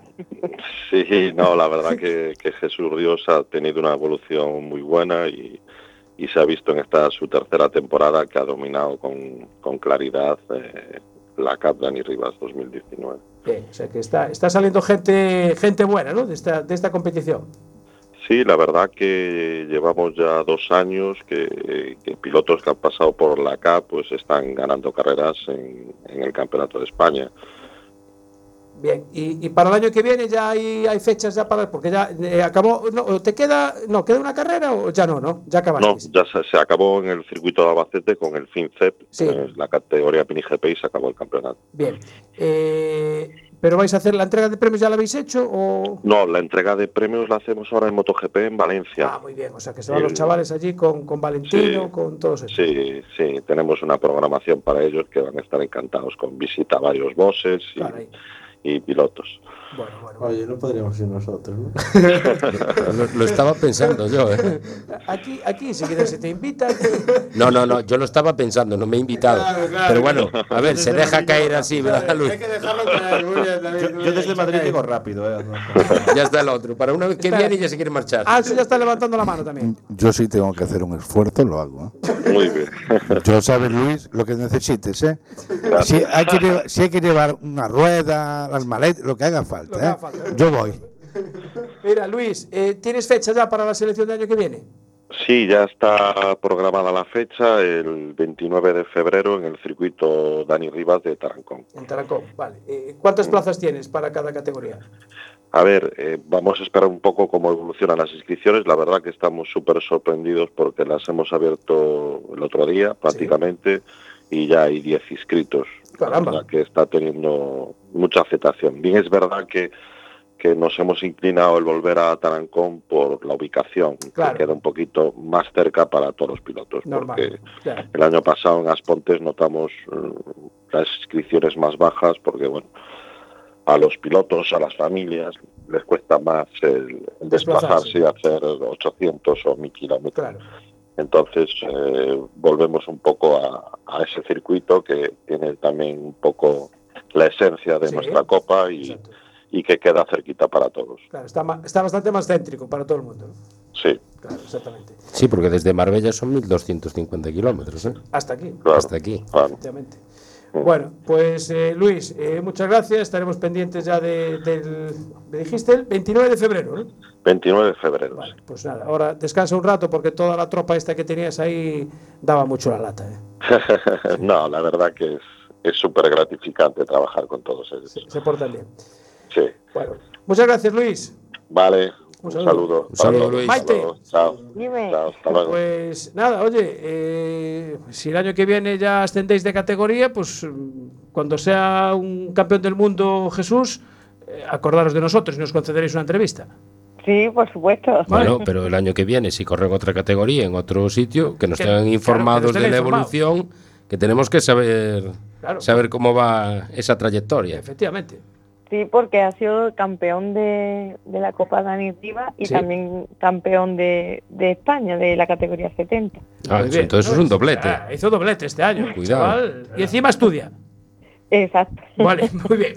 [SPEAKER 13] Sí, no, la verdad que, que Jesús Ríos ha tenido una evolución muy buena y, y se ha visto en esta su tercera temporada que ha dominado con, con claridad eh, la Cup Dani Rivas 2019.
[SPEAKER 2] Bien, o sea que está, está saliendo gente, gente buena, ¿no? De esta, de esta competición.
[SPEAKER 13] Sí, la verdad que llevamos ya dos años que, que pilotos que han pasado por la CAP pues están ganando carreras en, en el Campeonato de España.
[SPEAKER 2] Bien, y, y para el año que viene ya hay, hay fechas ya para. Porque ya eh, acabó. No, o ¿Te queda no queda una carrera o ya no, no? Ya acabaste.
[SPEAKER 13] No, ya se, se acabó en el circuito de Albacete con el FinCEP,
[SPEAKER 2] Sí.
[SPEAKER 13] eh, la categoría Mini GP y se acabó el campeonato.
[SPEAKER 2] Bien. Eh, ¿Pero vais a hacer la entrega de premios? ¿Ya la habéis hecho? O...
[SPEAKER 13] No, la entrega de premios la hacemos ahora en MotoGP en Valencia.
[SPEAKER 2] Ah, muy bien. O sea que se van los
[SPEAKER 13] El-
[SPEAKER 2] chavales allí con, con Valentino,
[SPEAKER 13] Sí.
[SPEAKER 2] con todos esos.
[SPEAKER 13] Sí, sí, tenemos una programación para ellos que van a estar encantados con visita a varios bosses y,
[SPEAKER 2] Caray.
[SPEAKER 13] y pilotos.
[SPEAKER 11] Oye, no podríamos ir nosotros, ¿no?
[SPEAKER 5] Lo, lo estaba pensando yo, ¿eh?
[SPEAKER 2] Aquí, aquí enseguida se te invita.
[SPEAKER 5] No, no, no, yo lo estaba pensando, no me he invitado. Pero bueno, a ver, se deja caer así, ¿verdad, Luis?
[SPEAKER 11] dejarlo caer, muy bien, David,
[SPEAKER 5] Yo-
[SPEAKER 11] muy
[SPEAKER 5] yo
[SPEAKER 11] bien.
[SPEAKER 5] desde Madrid llego
[SPEAKER 11] rápido, ¿eh?
[SPEAKER 5] Ya está el otro. Para una vez que
[SPEAKER 2] Espera.
[SPEAKER 5] viene ya se quiere marchar.
[SPEAKER 2] Ah, eso ya está levantando la mano también.
[SPEAKER 4] Yo sí tengo que hacer un esfuerzo, lo hago. ¿eh?
[SPEAKER 13] Muy bien.
[SPEAKER 4] Yo sabes, Luis, lo que necesites, ¿eh? Si hay que, llevar, si hay que llevar una rueda, las maletas, lo que haga falta,
[SPEAKER 2] Lo que haga
[SPEAKER 4] ¿eh?
[SPEAKER 2] falta.
[SPEAKER 4] Yo voy.
[SPEAKER 2] Mira, Luis, eh, ¿tienes fecha ya para la selección del año que viene?
[SPEAKER 13] Sí, ya está programada la fecha, el 29 de febrero en el circuito Dani Rivas de Tarancón.
[SPEAKER 2] En Tarancón, vale. Eh, ¿Cuántas plazas tienes para cada categoría?
[SPEAKER 13] A ver, eh, vamos a esperar un poco cómo evolucionan las inscripciones. La verdad que estamos súper sorprendidos porque las hemos abierto el otro día prácticamente y ya hay 10 inscritos.
[SPEAKER 2] Caramba.
[SPEAKER 13] La verdad que está teniendo mucha aceptación. Bien, es verdad que, que nos hemos inclinado el volver a Tarancón por la ubicación,
[SPEAKER 2] Claro.
[SPEAKER 13] que queda un poquito más cerca para todos los pilotos.
[SPEAKER 2] Normal.
[SPEAKER 13] Porque
[SPEAKER 10] Cioè,
[SPEAKER 2] Claro.
[SPEAKER 13] el año pasado en Aspontes notamos eh, las inscripciones más bajas porque, bueno, a los pilotos, a las familias, les cuesta más el, el
[SPEAKER 2] Desplazarse.
[SPEAKER 13] desplazarse y hacer 800 o 1000 kilómetros.
[SPEAKER 2] Claro.
[SPEAKER 14] Entonces eh, volvemos un poco a, a ese circuito que tiene también un poco la esencia de nuestra copa y, y que queda cerquita para todos.
[SPEAKER 2] Claro, está, ma- está bastante más céntrico para todo el mundo. ¿no?
[SPEAKER 14] Sí.
[SPEAKER 2] Claro, exactamente.
[SPEAKER 5] Sí, porque desde Marbella son 1.250 kilómetros. ¿eh?
[SPEAKER 2] Hasta aquí.
[SPEAKER 5] Hasta aquí.
[SPEAKER 2] Efectivamente. Bueno, pues eh, Luis, eh, muchas gracias. Estaremos pendientes ya de- del. Me dijiste el 29 de febrero, ¿no?
[SPEAKER 14] 29 de febrero. sí.
[SPEAKER 2] Pues nada, ahora descansa un rato porque toda la tropa esta que tenías ahí daba mucho la lata. ¿eh?
[SPEAKER 14] no, la verdad que es es súper gratificante trabajar con todos ellos. Sí.
[SPEAKER 2] Se portan bien. Muchas gracias, Luis.
[SPEAKER 14] Vale, un
[SPEAKER 2] saludo.
[SPEAKER 14] saludo.
[SPEAKER 2] Un saludo,
[SPEAKER 14] Para todos.
[SPEAKER 2] Luis. Maite.
[SPEAKER 14] Hasta luego. Chao.
[SPEAKER 2] Dime.
[SPEAKER 14] Chao, hasta luego.
[SPEAKER 2] Pues nada, oye, eh, si el año que viene ya ascendéis de categoría, pues mm, cuando sea un campeón del mundo Jesús, eh, acordaros de nosotros y nos concederéis una entrevista.
[SPEAKER 12] Sí, por supuesto.
[SPEAKER 5] Bueno, pero el año que viene, si corren otra categoría en otro sitio, que nos
[SPEAKER 12] Que-
[SPEAKER 5] tengan
[SPEAKER 12] claro, que nos
[SPEAKER 5] informados
[SPEAKER 12] tengan
[SPEAKER 5] de la
[SPEAKER 12] informados.
[SPEAKER 5] evolución, que tenemos que saber,
[SPEAKER 2] Claro.
[SPEAKER 5] saber cómo va esa trayectoria.
[SPEAKER 2] Efectivamente.
[SPEAKER 12] Sí, porque ha sido campeón de, de la Copa Dani Riva y
[SPEAKER 5] Sí.
[SPEAKER 12] también campeón de, de España, de la categoría 70.
[SPEAKER 5] Ah, eso- entonces es un doblete.
[SPEAKER 2] Ah, hizo doblete este año.
[SPEAKER 5] Cuidado.
[SPEAKER 2] chaval. Y encima estudia.
[SPEAKER 12] Exacto.
[SPEAKER 2] Vale, muy bien.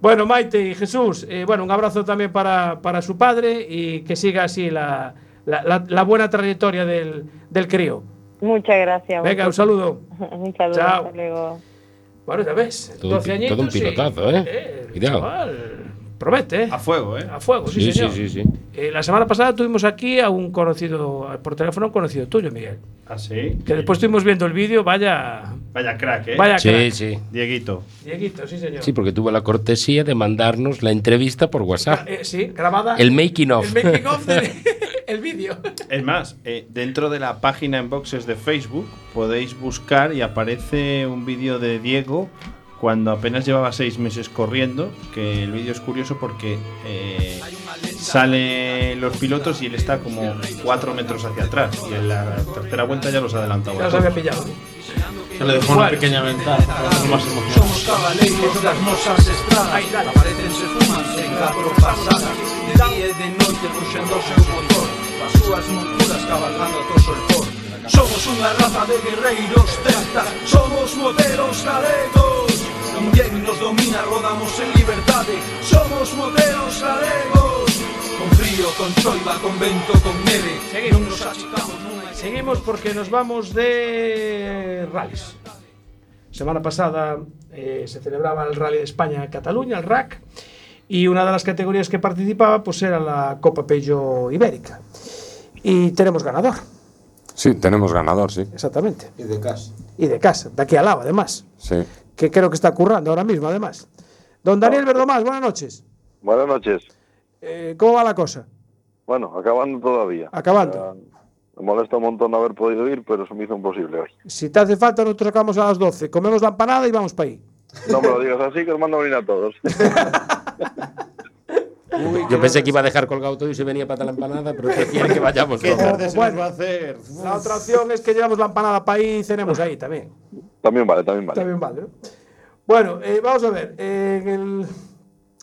[SPEAKER 2] Bueno, Maite y Jesús, eh, bueno, un abrazo también para, para su padre y que siga así la, la- la- la buena trayectoria del, del crío.
[SPEAKER 12] Muchas gracias. a
[SPEAKER 2] Venga, un
[SPEAKER 12] vosotros.
[SPEAKER 2] saludo.
[SPEAKER 12] un saludo.
[SPEAKER 2] Chao.
[SPEAKER 12] Hasta luego.
[SPEAKER 2] Bueno, ya ves,
[SPEAKER 5] Todo un
[SPEAKER 2] 12
[SPEAKER 5] pi-
[SPEAKER 2] añitos.
[SPEAKER 5] todo un
[SPEAKER 2] y-
[SPEAKER 5] pilotazo, ¿eh? Cuidado.
[SPEAKER 2] chaval, promete, ¿eh? A fuego, ¿eh? A fuego, sí,
[SPEAKER 5] Sí, sí,
[SPEAKER 2] señor.
[SPEAKER 5] sí, sí.
[SPEAKER 2] Eh, la semana pasada tuvimos aquí a un conocido, por teléfono, un conocido tuyo, Miguel.
[SPEAKER 15] ¿Ah, sí?
[SPEAKER 2] Que después estuvimos viendo el vídeo, vaya.
[SPEAKER 15] Vaya crack, ¿eh?
[SPEAKER 2] Vaya
[SPEAKER 5] Sí,
[SPEAKER 2] crack.
[SPEAKER 5] sí.
[SPEAKER 15] Dieguito.
[SPEAKER 2] Dieguito, sí, señor.
[SPEAKER 5] Sí, porque tuvo la cortesía de mandarnos la entrevista por WhatsApp.
[SPEAKER 2] Eh, sí, grabada.
[SPEAKER 5] El making of.
[SPEAKER 2] El making of del el vídeo.
[SPEAKER 15] Es más, eh, dentro de la página en boxes de Facebook podéis buscar y aparece un vídeo de Diego cuando apenas llevaba seis meses corriendo, que el vídeo es curioso porque eh, salen los pilotos y él está como cuatro metros hacia atrás y en la tercera vuelta ya los ha adelantado.
[SPEAKER 2] Ya
[SPEAKER 15] a
[SPEAKER 2] os
[SPEAKER 15] todos.
[SPEAKER 2] había pillado.
[SPEAKER 15] Se le dejó una pequeña ventaja. para los más emocionados.
[SPEAKER 16] Somos caballeros, las mozas estradas Aparecen, se fuman, se encabro pasada De día e de noite, puxéndose o motor As súas monturas cabalgando to solpor Somos unha raza de guerreiros celtas Somos modelos galegos Ninguén nos domina, rodamos en libertade Somos modelos galegos Con frío, con choiva, con vento, con neve Non nos achicamos nunha
[SPEAKER 2] Seguimos porque nos vamos de rallies. Semana pasada eh, se celebraba el Rally de España en Cataluña, el RAC, y una de las categorías que participaba pues era la Copa Pello Ibérica. Y tenemos ganador,
[SPEAKER 17] Sí, tenemos ganador, sí.
[SPEAKER 2] exactamente.
[SPEAKER 18] Y de casa.
[SPEAKER 2] Y de casa, de aquí al lado, además,
[SPEAKER 17] Sí.
[SPEAKER 2] que creo que está currando ahora mismo, además. Don Daniel Verdomás, buenas noches.
[SPEAKER 14] Buenas noches.
[SPEAKER 2] Eh, ¿Cómo va la cosa?
[SPEAKER 14] Bueno, acabando todavía.
[SPEAKER 2] Acabando.
[SPEAKER 14] Ya, me molesta un montón no haber podido ir, pero se me hizo imposible hoy.
[SPEAKER 2] Si te hace falta, nosotros acabamos a las 12, comemos la empanada y vamos para ahí.
[SPEAKER 14] No me lo digas así, que os mando a venir a todos.
[SPEAKER 5] Yo pensé que iba a dejar colgado todo y se venía para la empanada, pero prefiere que vayamos
[SPEAKER 14] Qué tarde
[SPEAKER 5] todos.
[SPEAKER 2] Bueno, La otra opción es que llevamos la empanada para ahí y cenemos ahí también.
[SPEAKER 14] También vale, también vale.
[SPEAKER 2] También vale, ¿no? Bueno, eh, vamos a ver. eh, en el-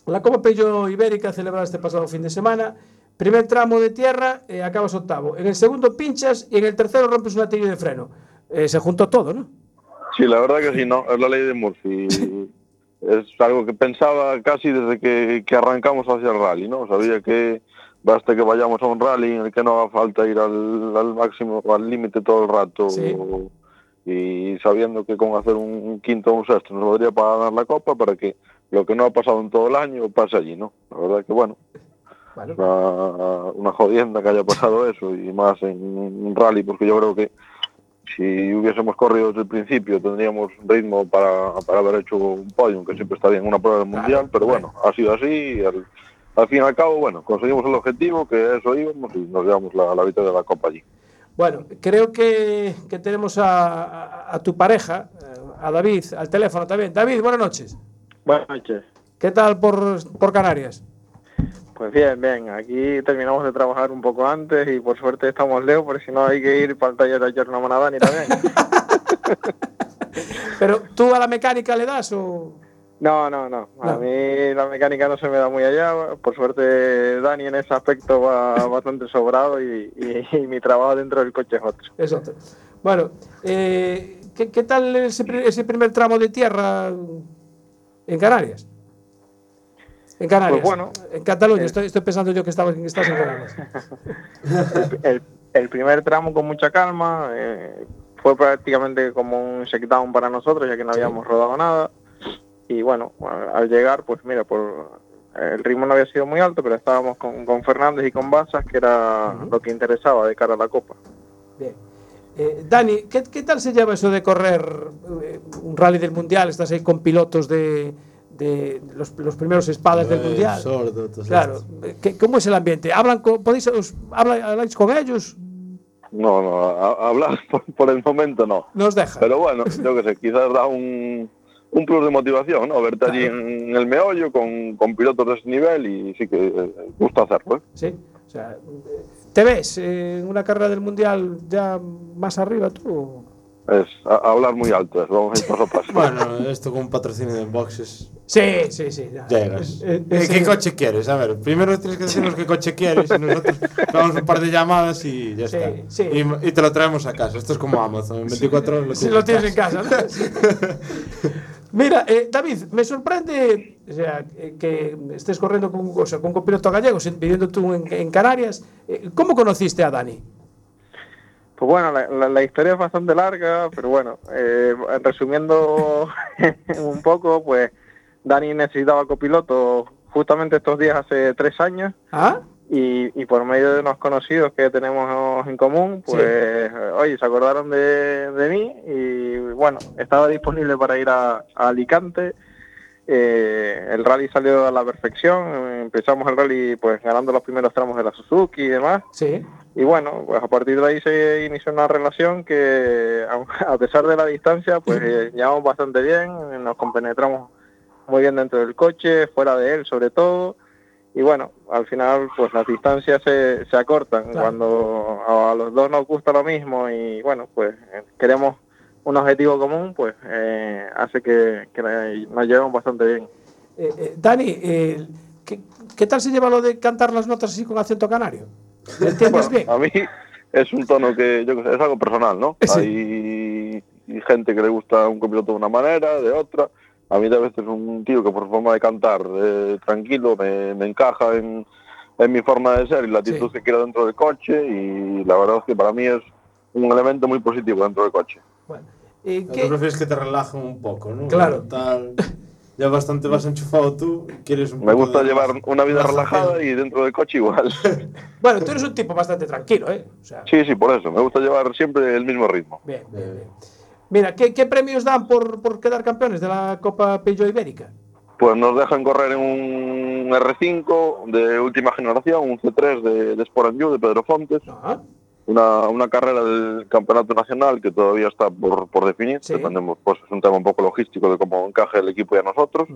[SPEAKER 2] la Copa Pello Ibérica celebrada este pasado fin de semana. Primer tramo de tierra, eh, acabas octavo. En el segundo pinchas y en el tercero rompes un latillo de freno. Eh, se juntó todo, ¿no?
[SPEAKER 14] Sí, la verdad que sí, no, es la ley de Murphy. Es algo que pensaba casi desde que, que arrancamos hacia el rally, ¿no? Sabía que basta que vayamos a un rally en el que no haga falta ir al, al máximo, al límite todo el rato.
[SPEAKER 2] Sí.
[SPEAKER 14] Y sabiendo que con hacer un, un quinto o un sexto nos podría para ganar la copa para que lo que no ha pasado en todo el año pase allí, ¿no? La verdad que bueno.
[SPEAKER 2] Vale.
[SPEAKER 14] Una, una jodienda que haya pasado eso y más en un rally, porque yo creo que si hubiésemos corrido desde el principio tendríamos ritmo para, para haber hecho un podium, que siempre está bien una prueba del mundial, pero bueno, ha sido así y al, al fin y al cabo, bueno, conseguimos el objetivo, que a eso íbamos y nos llevamos la, la victoria de la Copa allí.
[SPEAKER 2] Bueno, creo que, que tenemos a, a- a tu pareja, eh, a David, al teléfono también. David, buenas noches.
[SPEAKER 3] Buenas noches.
[SPEAKER 2] ¿Qué tal por, por Canarias?
[SPEAKER 3] Pues bien, bien. Aquí terminamos de trabajar un poco antes y por suerte estamos lejos, porque si no hay que ir para el taller de ayer no ni también.
[SPEAKER 2] ¿Pero tú a la mecánica le das o...?
[SPEAKER 3] No, no, no. A mí la mecánica no se me da muy allá. Por suerte, Dani en ese aspecto va bastante sobrado y, y- y mi trabajo dentro del coche es otro.
[SPEAKER 2] Exacto. Bueno, eh, ¿qué, qué tal ese, pri- ese primer tramo de tierra en Canarias? En Canarias.
[SPEAKER 3] Pues bueno,
[SPEAKER 2] en Cataluña. estoy, estoy pensando yo que, estaba, que estás en Canarias.
[SPEAKER 3] El, el primer tramo con mucha calma. eh, fue prácticamente como un check-down para nosotros, ya que no habíamos rodado nada. Y bueno, al- al llegar, pues mira, por el ritmo no había sido muy alto, pero estábamos con, con Fernández y con Bazas, que era lo que interesaba de cara a la Copa.
[SPEAKER 2] Eh, Dani, ¿qué, qué tal se lleva eso de correr eh, un rally del Mundial? Estás ahí con pilotos de, de los, los primeros espadas del
[SPEAKER 4] Pues
[SPEAKER 2] Mundial.
[SPEAKER 8] Sordo, entonces.
[SPEAKER 2] Claro. ¿Qué- ¿Cómo es el ambiente? ¿Hablan con, podéis, os, habla- habláis con ellos?
[SPEAKER 14] No, no, a- hablar por, por el momento no.
[SPEAKER 2] Nos deja.
[SPEAKER 14] Pero bueno, yo que sé, quizás da un, un plus de motivación, ¿no? Verte allí en el meollo con, con pilotos de ese nivel y sí que eh, gusta hacerlo, ¿eh?
[SPEAKER 2] Sí. O sea, ¿Te ves eh, en una carrera del Mundial ya más arriba tú?
[SPEAKER 14] Es a- hablar muy alto, es, vamos a ir paso a paso.
[SPEAKER 8] Bueno, esto con un patrocinio de boxes.
[SPEAKER 2] Sí, sí, sí. ya.
[SPEAKER 8] Llegas.
[SPEAKER 2] Eh, eh,
[SPEAKER 8] Eh, ¿Qué
[SPEAKER 2] sí.
[SPEAKER 8] coche quieres? A ver, primero tienes que decirnos qué coche quieres y nosotros damos un par de llamadas y ya está. Y, y te lo traemos a casa. Esto es como Amazon. En 24 horas lo
[SPEAKER 2] Si lo tienes en casa. ¿no? Mira, eh, David, me sorprende o sea, eh, que estés corriendo con, o sea, con un copiloto gallego, si- viviendo tú en, en Canarias. Eh, ¿Cómo conociste a Dani?
[SPEAKER 3] Pues bueno, la, la- la historia es bastante larga, pero bueno, eh, resumiendo un poco, pues Dani necesitaba copiloto justamente estos días hace tres años
[SPEAKER 2] ¿Ah?
[SPEAKER 3] y, y por medio de unos conocidos que tenemos en común, pues eh, oye, se acordaron de, de mí y bueno, estaba disponible para ir a, a Alicante. Eh, el rally salió a la perfección, empezamos el rally pues ganando los primeros tramos de la Suzuki y demás.
[SPEAKER 2] Sí.
[SPEAKER 3] Y bueno, pues a partir de ahí se inició una relación que, a a pesar de la distancia, pues eh, llevamos bastante bien, eh, nos compenetramos muy bien dentro del coche, fuera de él sobre todo. Y bueno, al final, pues las distancias se, se acortan cuando a, a los dos nos gusta lo mismo y bueno, pues eh, queremos un objetivo común, pues eh, hace que, que nos llevemos bastante bien.
[SPEAKER 2] Eh, eh, Dani, eh, ¿qué, qué tal se lleva lo de cantar las notas así con acento canario?
[SPEAKER 14] Bueno, a mí es un tono que, yo qué sé, es algo personal, ¿no? Hay hay gente que le gusta un copiloto de una manera, de otra. A mí de veces un tío que por forma de cantar eh, tranquilo me, me encaja en, en mi forma de ser y la actitud que quiero dentro del coche y la verdad es que para mí es un elemento muy positivo dentro del coche.
[SPEAKER 2] Eh,
[SPEAKER 8] Tú prefieres que te relajen un poco, ¿no?
[SPEAKER 14] Claro.
[SPEAKER 8] Tal, ya bastante vas enchufado tú. Quieres un
[SPEAKER 14] Me
[SPEAKER 8] poco
[SPEAKER 14] gusta
[SPEAKER 8] de-
[SPEAKER 14] llevar una vida
[SPEAKER 8] más
[SPEAKER 14] relajada y dentro del coche igual.
[SPEAKER 2] Bueno, tú eres un tipo bastante tranquilo, ¿eh? O sea,
[SPEAKER 14] Sí, sí, por eso. Me gusta llevar siempre el mismo ritmo.
[SPEAKER 2] bien, bien, bien. Mira, ¿qué, qué premios dan por, por quedar campeones de la Copa Pillo Ibérica?
[SPEAKER 14] Pues nos dejan correr en un R5 de última generación, un C3 de, de Sport and You, de Pedro Fontes. Una, una carrera del campeonato nacional que todavía está por, por definir. Dependemos, pues es un tema un poco logístico de cómo encaje el equipo y a nosotros.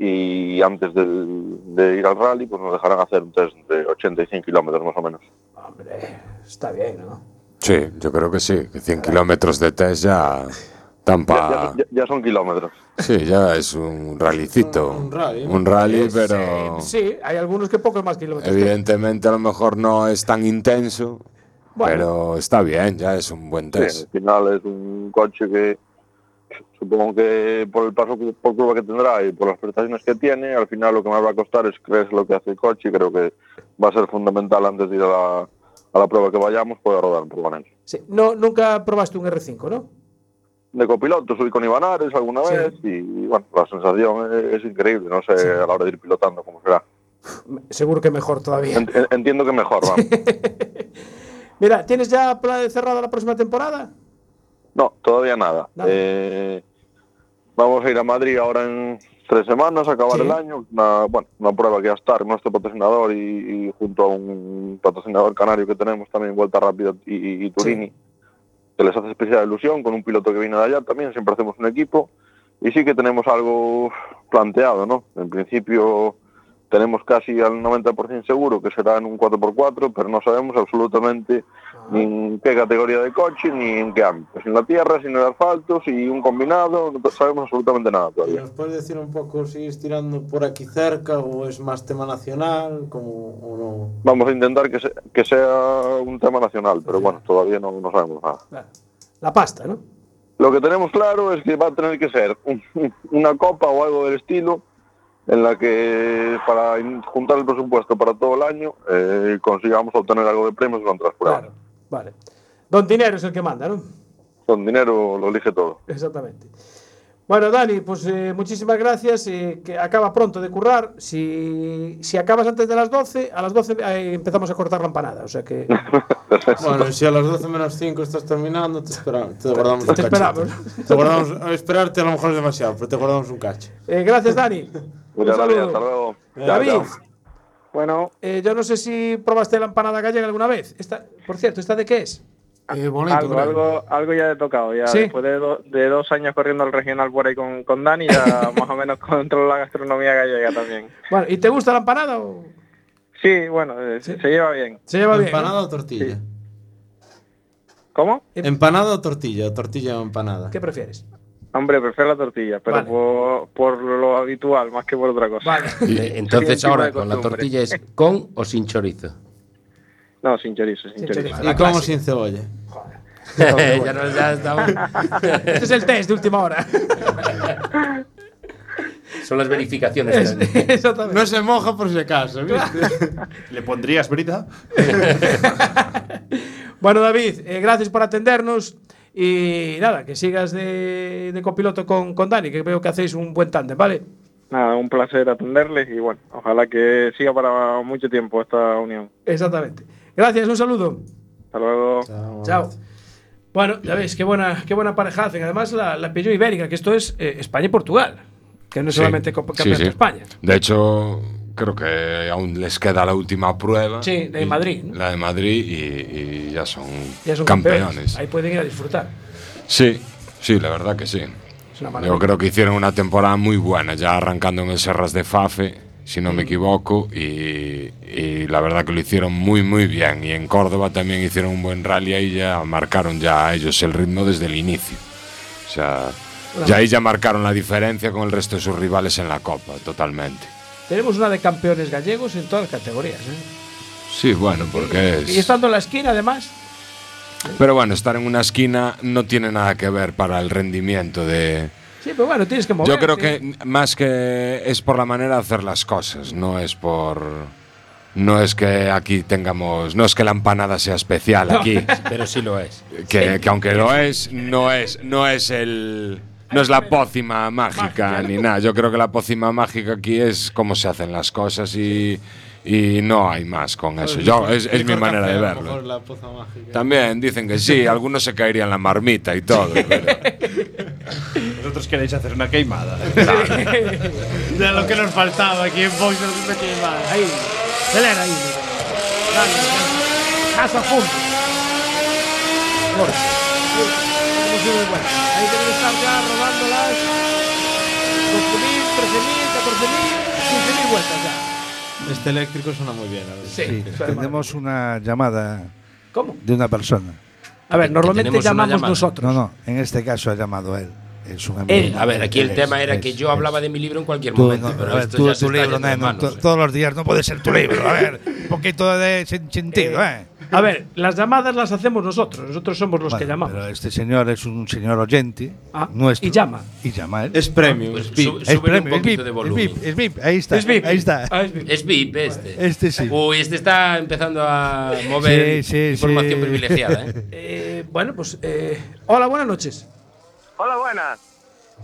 [SPEAKER 14] Y antes del- de ir al rally, pues nos dejarán hacer un test de 85 kilómetros más o menos.
[SPEAKER 2] Está bien, ¿no?
[SPEAKER 17] Sí, yo creo que sí. Que 100 kilómetros de test ya. Tampa.
[SPEAKER 14] Ya, ya son kilómetros.
[SPEAKER 17] Sí, ya es un ralicito. Un
[SPEAKER 8] rally.
[SPEAKER 17] Un
[SPEAKER 2] Sí,
[SPEAKER 17] rally, pero.
[SPEAKER 2] Sí, hay algunos que pocos más kilómetros.
[SPEAKER 17] Evidentemente, a lo mejor no es tan intenso.
[SPEAKER 2] Bueno.
[SPEAKER 17] Pero está bien, ya es un buen
[SPEAKER 14] Sí,
[SPEAKER 17] test.
[SPEAKER 14] al final es un coche que supongo que por el paso cu- por curva que tendrá y por las prestaciones que tiene, al final lo que más va a costar es creer lo que hace el coche y creo que va a ser fundamental antes de ir a la, a la prueba que vayamos poder rodar por Valencia.
[SPEAKER 2] Sí, no, nunca probaste un R5, ¿no?
[SPEAKER 14] De copiloto subí con Ibanares alguna vez y bueno, la sensación es, es increíble, no sé a la hora de ir pilotando cómo será.
[SPEAKER 2] Seguro que mejor todavía.
[SPEAKER 14] En- en- Entiendo que mejor, vamos.
[SPEAKER 2] Mira, ¿tienes ya pla- cerrada la próxima temporada?
[SPEAKER 14] No, todavía nada. Eh, vamos a ir a Madrid ahora en tres semanas, a acabar
[SPEAKER 2] Sí.
[SPEAKER 14] el año. Una, bueno, una prueba que va a estar nuestro patrocinador y, y junto a un patrocinador canario que tenemos también, Vuelta Rápida y, y- y Turini, que les hace especial ilusión con un piloto que viene de allá también. Siempre hacemos un equipo y sí que tenemos algo planteado, ¿no? En principio tenemos casi al 90% seguro que será en un 4x4, pero no sabemos absolutamente ni en qué categoría de coche, ni en qué ámbito. Si en la tierra, si en el asfalto, si un combinado, no sabemos absolutamente nada todavía.
[SPEAKER 8] ¿Nos puedes decir un poco si es tirando por aquí cerca o es más tema nacional como, o no?
[SPEAKER 14] Vamos a intentar que, se- que sea un tema nacional, pero bueno, todavía no, no sabemos nada.
[SPEAKER 2] La pasta, ¿no?
[SPEAKER 14] Lo que tenemos claro es que va a tener que ser un- una copa o algo del estilo en la que para in- juntar el presupuesto para todo el año eh, consigamos obtener algo de premios durante las pruebas.
[SPEAKER 2] Vale. Don Dinero es el que manda, ¿no?
[SPEAKER 14] Con dinero lo elige todo.
[SPEAKER 2] Exactamente. Bueno, Dani, pues eh, muchísimas gracias. eh, que acaba pronto de currar. Si, si acabas antes de las 12, a las 12 eh, empezamos a cortar la empanada. O sea que
[SPEAKER 8] Bueno, si a las 12 menos 5 estás terminando, te esperamos. Te guardamos un
[SPEAKER 2] Te
[SPEAKER 8] cacho.
[SPEAKER 2] esperamos.
[SPEAKER 8] Te guardamos, a esperarte a lo mejor es demasiado, pero te guardamos un cacho.
[SPEAKER 2] Eh, gracias, Dani.
[SPEAKER 8] Muchas
[SPEAKER 2] Un saludo.
[SPEAKER 8] gracias, hasta luego.
[SPEAKER 2] Eh, David.
[SPEAKER 8] Chao,
[SPEAKER 2] Bueno. yo no sé si probaste la empanada gallega alguna vez. Esta, por cierto, ¿esta de qué es?
[SPEAKER 3] algo, algo, algo ya he tocado, ya
[SPEAKER 2] Sí.
[SPEAKER 3] después de, do- de dos años corriendo al regional por ahí con, con Dani, ya más o menos controlo la gastronomía gallega también.
[SPEAKER 2] Bueno, ¿y te gusta la empanada o
[SPEAKER 3] Sí, bueno, eh, se- se lleva bien.
[SPEAKER 2] se lleva bien?
[SPEAKER 8] ¿Empanada
[SPEAKER 2] ¿no?
[SPEAKER 8] o tortilla?
[SPEAKER 3] ¿Cómo?
[SPEAKER 8] ¿Empanada o tortilla? ¿O tortilla o empanada?
[SPEAKER 2] ¿Qué prefieres?
[SPEAKER 3] Hombre, prefiero la tortilla, pero por, por lo habitual, más que por otra cosa.
[SPEAKER 5] Eh, Entonces
[SPEAKER 3] Soy un tipo
[SPEAKER 5] ahora
[SPEAKER 3] de
[SPEAKER 5] con la
[SPEAKER 3] costumbre.
[SPEAKER 5] tortilla es con o sin chorizo.
[SPEAKER 3] No, sin chorizo, sin, chorizo.
[SPEAKER 8] ¿Y cómo sin cebolla?
[SPEAKER 5] ya no, ya estamos.
[SPEAKER 2] Este es el test de última hora.
[SPEAKER 5] Son las verificaciones.
[SPEAKER 2] Exactamente.
[SPEAKER 8] No se moja por si acaso, ¿viste?
[SPEAKER 15] ¿Le pondrías brita?
[SPEAKER 2] Bueno, David, eh, gracias por atendernos. Y nada, que sigas de, de copiloto con, con Dani, que veo que hacéis un buen tándem, ¿vale?
[SPEAKER 3] Nada, un placer atenderles y bueno, ojalá que siga para mucho tiempo esta unión.
[SPEAKER 2] Exactamente. Gracias, un saludo.
[SPEAKER 3] Hasta luego.
[SPEAKER 2] Chao. Bueno, ya veis, qué buena, qué buena pareja hacen. Además, la, la pilló Ibérica, que esto es eh, España y Portugal, que no es
[SPEAKER 17] Sí.
[SPEAKER 2] solamente Copa-
[SPEAKER 17] Sí,
[SPEAKER 2] Campeonato
[SPEAKER 17] sí.
[SPEAKER 2] de España.
[SPEAKER 17] De hecho, creo que aún les queda la última prueba.
[SPEAKER 2] Sí, la de
[SPEAKER 17] Y-
[SPEAKER 2] Madrid, ¿no?
[SPEAKER 17] La de Madrid y, y ya son,
[SPEAKER 2] Ya son campeones.
[SPEAKER 17] campeones.
[SPEAKER 2] Ahí pueden ir a disfrutar.
[SPEAKER 17] Sí, sí, la verdad que sí.
[SPEAKER 2] Es una maravilla.
[SPEAKER 17] Yo creo que hicieron una temporada muy buena, ya arrancando en el Serras de Fafe, si no me equivoco, y, y la verdad que lo hicieron muy, muy bien. Y en Córdoba también hicieron un buen rally ahí ya marcaron ya a ellos el ritmo desde el inicio. O sea, ya ahí ya marcaron la diferencia con el resto de sus rivales en la Copa, totalmente.
[SPEAKER 2] Tenemos una de campeones gallegos en todas las categorías. ¿eh?
[SPEAKER 17] Sí, bueno, porque es...
[SPEAKER 2] Y estando en la esquina, además,
[SPEAKER 17] Pero bueno, estar en una esquina no tiene nada que ver para el rendimiento de...
[SPEAKER 2] sí, pero bueno, tienes que moverte.
[SPEAKER 17] Yo creo que más que es por la manera de hacer las cosas, no es por... No es que aquí tengamos... No es que la empanada sea especial aquí.
[SPEAKER 5] Pero sí lo es.
[SPEAKER 17] Que, que aunque lo es, no es, no es el... No es la pócima mágica ni nada. Yo creo que la pócima mágica aquí es cómo se hacen las cosas y, y no hay más con eso.
[SPEAKER 5] Pues
[SPEAKER 17] Yo, es, es mi manera de verlo. También dicen que sí, algunos se caerían la marmita y todo.
[SPEAKER 15] Vosotros queréis hacer una queimada.
[SPEAKER 19] De lo que nos faltaba aquí en Boxer no tiene más.
[SPEAKER 2] Ahí, acelera ahí. Dale, casa a fondo. Ahora. Vamos a ver, bueno, Ahí tienen que estar ya rodando las 12.000, 13.000, 14.000, 15.000 vueltas ya.
[SPEAKER 8] Este eléctrico suena muy bien, la verdad.
[SPEAKER 2] Sí.
[SPEAKER 4] Sí, tenemos una llamada
[SPEAKER 2] ¿Cómo?
[SPEAKER 4] de una persona.
[SPEAKER 2] A ver, normalmente tenemos una llamamos llamada. nosotros.
[SPEAKER 4] No, no, en este caso ha llamado él. Es un amigo.
[SPEAKER 5] Él, Eh, a ver, aquí el
[SPEAKER 4] Él
[SPEAKER 5] tema
[SPEAKER 4] es,
[SPEAKER 5] era
[SPEAKER 4] es,
[SPEAKER 5] que yo
[SPEAKER 4] es.
[SPEAKER 5] hablaba de mi libro en cualquier
[SPEAKER 4] Tú,
[SPEAKER 5] momento.
[SPEAKER 4] no,
[SPEAKER 5] pero
[SPEAKER 4] a ver,
[SPEAKER 5] esto
[SPEAKER 4] tú,
[SPEAKER 5] ya
[SPEAKER 4] tu
[SPEAKER 5] se está
[SPEAKER 4] libro,
[SPEAKER 5] yendo de
[SPEAKER 4] neno,
[SPEAKER 5] manos. eh.
[SPEAKER 4] to- todos los días no puede ser tu libro. A ver, un poquito de sen- sentido, ¿eh?
[SPEAKER 2] A ver, las llamadas las hacemos nosotros. Nosotros somos los que
[SPEAKER 4] Bueno,
[SPEAKER 2] llamamos.
[SPEAKER 4] Pero este señor es un señor oyente
[SPEAKER 2] Ah,
[SPEAKER 4] nuestro.
[SPEAKER 2] y llama.
[SPEAKER 4] Y llama él.
[SPEAKER 8] Es premium,
[SPEAKER 4] Es
[SPEAKER 8] es VIP.
[SPEAKER 4] Es
[SPEAKER 5] súbele un
[SPEAKER 4] premium, es VIP,
[SPEAKER 5] poquito de
[SPEAKER 4] es
[SPEAKER 5] volumen.
[SPEAKER 4] VIP, es VIP, ahí está.
[SPEAKER 5] Es VIP.
[SPEAKER 4] Ahí está.
[SPEAKER 2] Ah,
[SPEAKER 5] Es VIP este.
[SPEAKER 4] Este sí.
[SPEAKER 5] Uy, este está empezando a mover
[SPEAKER 4] Sí, sí,
[SPEAKER 5] información
[SPEAKER 4] sí.
[SPEAKER 5] privilegiada. ¿eh?
[SPEAKER 2] Eh, bueno, pues. eh, hola, buenas noches.
[SPEAKER 20] Hola, buenas.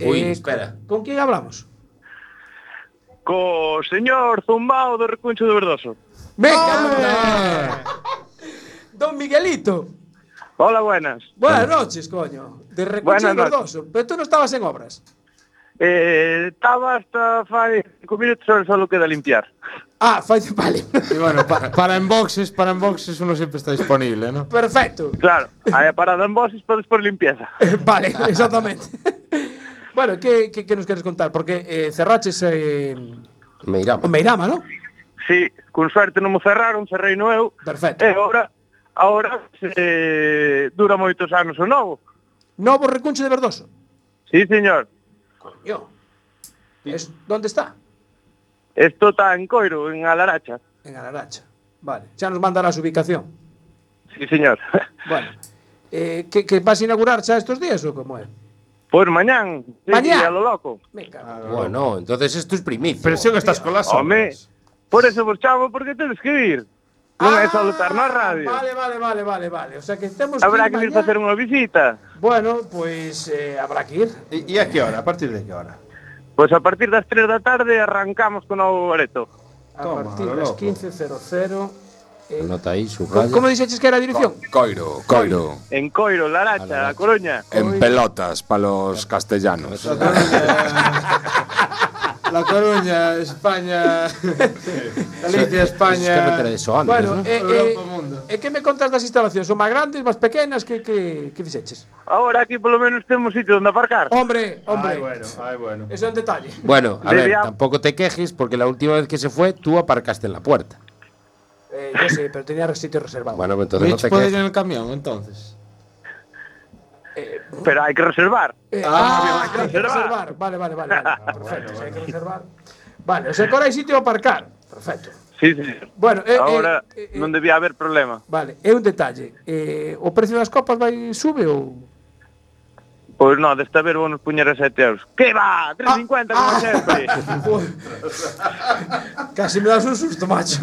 [SPEAKER 5] Uy,
[SPEAKER 2] Eh,
[SPEAKER 5] espera.
[SPEAKER 2] ¿Con quién hablamos?
[SPEAKER 20] Co señor Zumbao do Recuncho do Verdoso.
[SPEAKER 2] ¡Venga! Don Miguelito.
[SPEAKER 20] Hola, buenas.
[SPEAKER 2] Buenas noches, coño. De Recuncho
[SPEAKER 20] Buenas
[SPEAKER 2] y Verdoso. Pero tú no estabas en obras.
[SPEAKER 20] Eh, estaba hasta fai cinco minutos, ahora solo queda limpiar.
[SPEAKER 2] Ah, fai vale.
[SPEAKER 8] Y bueno, pa- para inboxes, para inboxes uno siempre está disponible, ¿no?
[SPEAKER 2] Perfecto.
[SPEAKER 20] Claro, hai a parada en voces, pero despois limpieza.
[SPEAKER 2] Vale, exactamente. bueno, ¿qué, qué, qué nos quieres contar? Porque eh, Cerraches eh,
[SPEAKER 5] Meirama.
[SPEAKER 2] Meirama, ¿no?
[SPEAKER 20] sí, con suerte non mo cerraron, cerrei no eu.
[SPEAKER 2] Perfecto.
[SPEAKER 20] E agora, agora eh, dura moitos anos o novo.
[SPEAKER 2] Novo recunche de Verdoso.
[SPEAKER 20] Sí, señor.
[SPEAKER 2] Yo. Es, ¿Dónde está?
[SPEAKER 20] Esto está en Coiro, en Alaracha.
[SPEAKER 2] En Alaracha. Vale. Ya nos mandará su ubicación.
[SPEAKER 20] Sí, señor.
[SPEAKER 2] Bueno. Eh, ¿que, que vas a inaugurar xa estos días o como é?
[SPEAKER 20] Pois mañán, sí,
[SPEAKER 2] Mañán.
[SPEAKER 20] a lo loco.
[SPEAKER 5] Bueno, entonces esto es primicia.
[SPEAKER 20] Pero si que estás con las Home, por eso vos chamo, porque tenes que ir. Non é salutar na radio.
[SPEAKER 2] Ah, Vale, vale, vale, vale, vale. O sea que estamos
[SPEAKER 20] Habrá que ir facer unha visita.
[SPEAKER 2] Bueno, pois eh, habrá que ir.
[SPEAKER 20] E a que hora? A partir de que hora? Pois Pues a partir das 3 da tarde arrancamos con o Bareto.
[SPEAKER 2] A partir
[SPEAKER 20] lo
[SPEAKER 2] das
[SPEAKER 20] loco.
[SPEAKER 2] 15.00
[SPEAKER 5] Anota ahí, subraya.
[SPEAKER 2] ¿Cómo, ¿Cómo dices que era la dirección?
[SPEAKER 17] Coiro, Coiro.
[SPEAKER 20] En Coiro, Laracha, La Coruña.
[SPEAKER 17] En pelotas para los castellanos.
[SPEAKER 8] La Coruña, España, Galicia, España.
[SPEAKER 5] Es carretera de Soames,
[SPEAKER 2] bueno,
[SPEAKER 5] ¿no?
[SPEAKER 2] eh, eh,
[SPEAKER 8] Europa, mundo.
[SPEAKER 2] eh, que me contas das instalacións? Son máis grandes, máis pequenas? Que, que, que fixeches?
[SPEAKER 20] Ahora aquí polo menos temos sitio onde aparcar.
[SPEAKER 2] Hombre, hombre.
[SPEAKER 20] Ai, bueno, ai, bueno.
[SPEAKER 2] Eso é un detalle.
[SPEAKER 5] Bueno, a ver,
[SPEAKER 20] Debía-
[SPEAKER 5] tampoco te quejes porque la última vez que se fue tú aparcaste en la puerta.
[SPEAKER 2] Eh, yo sé, pero tenía sitio reservado.
[SPEAKER 5] Bueno, pues entonces no te
[SPEAKER 8] puede ir
[SPEAKER 5] quejes.
[SPEAKER 8] en el camión, entonces.
[SPEAKER 20] Pero hay que reservar.
[SPEAKER 2] Eh,
[SPEAKER 8] Ah,
[SPEAKER 2] ah, hay que reservar. Vale, vale, vale. vale. Perfecto, si hay que reservar. Vale, o sea que ahora hay sitio a aparcar. Perfecto.
[SPEAKER 20] Sí, señor.
[SPEAKER 2] Bueno, eh,
[SPEAKER 20] Ahora
[SPEAKER 2] eh, eh,
[SPEAKER 20] non debía haber problema.
[SPEAKER 2] Vale, é un detalle. Eh, o precio das copas vai sube ou
[SPEAKER 20] Pois non, desta vez vou nos puñer a 7 euros. Que
[SPEAKER 2] Ah,
[SPEAKER 20] va, 3.50 como sempre.
[SPEAKER 2] Casi me das un susto, macho.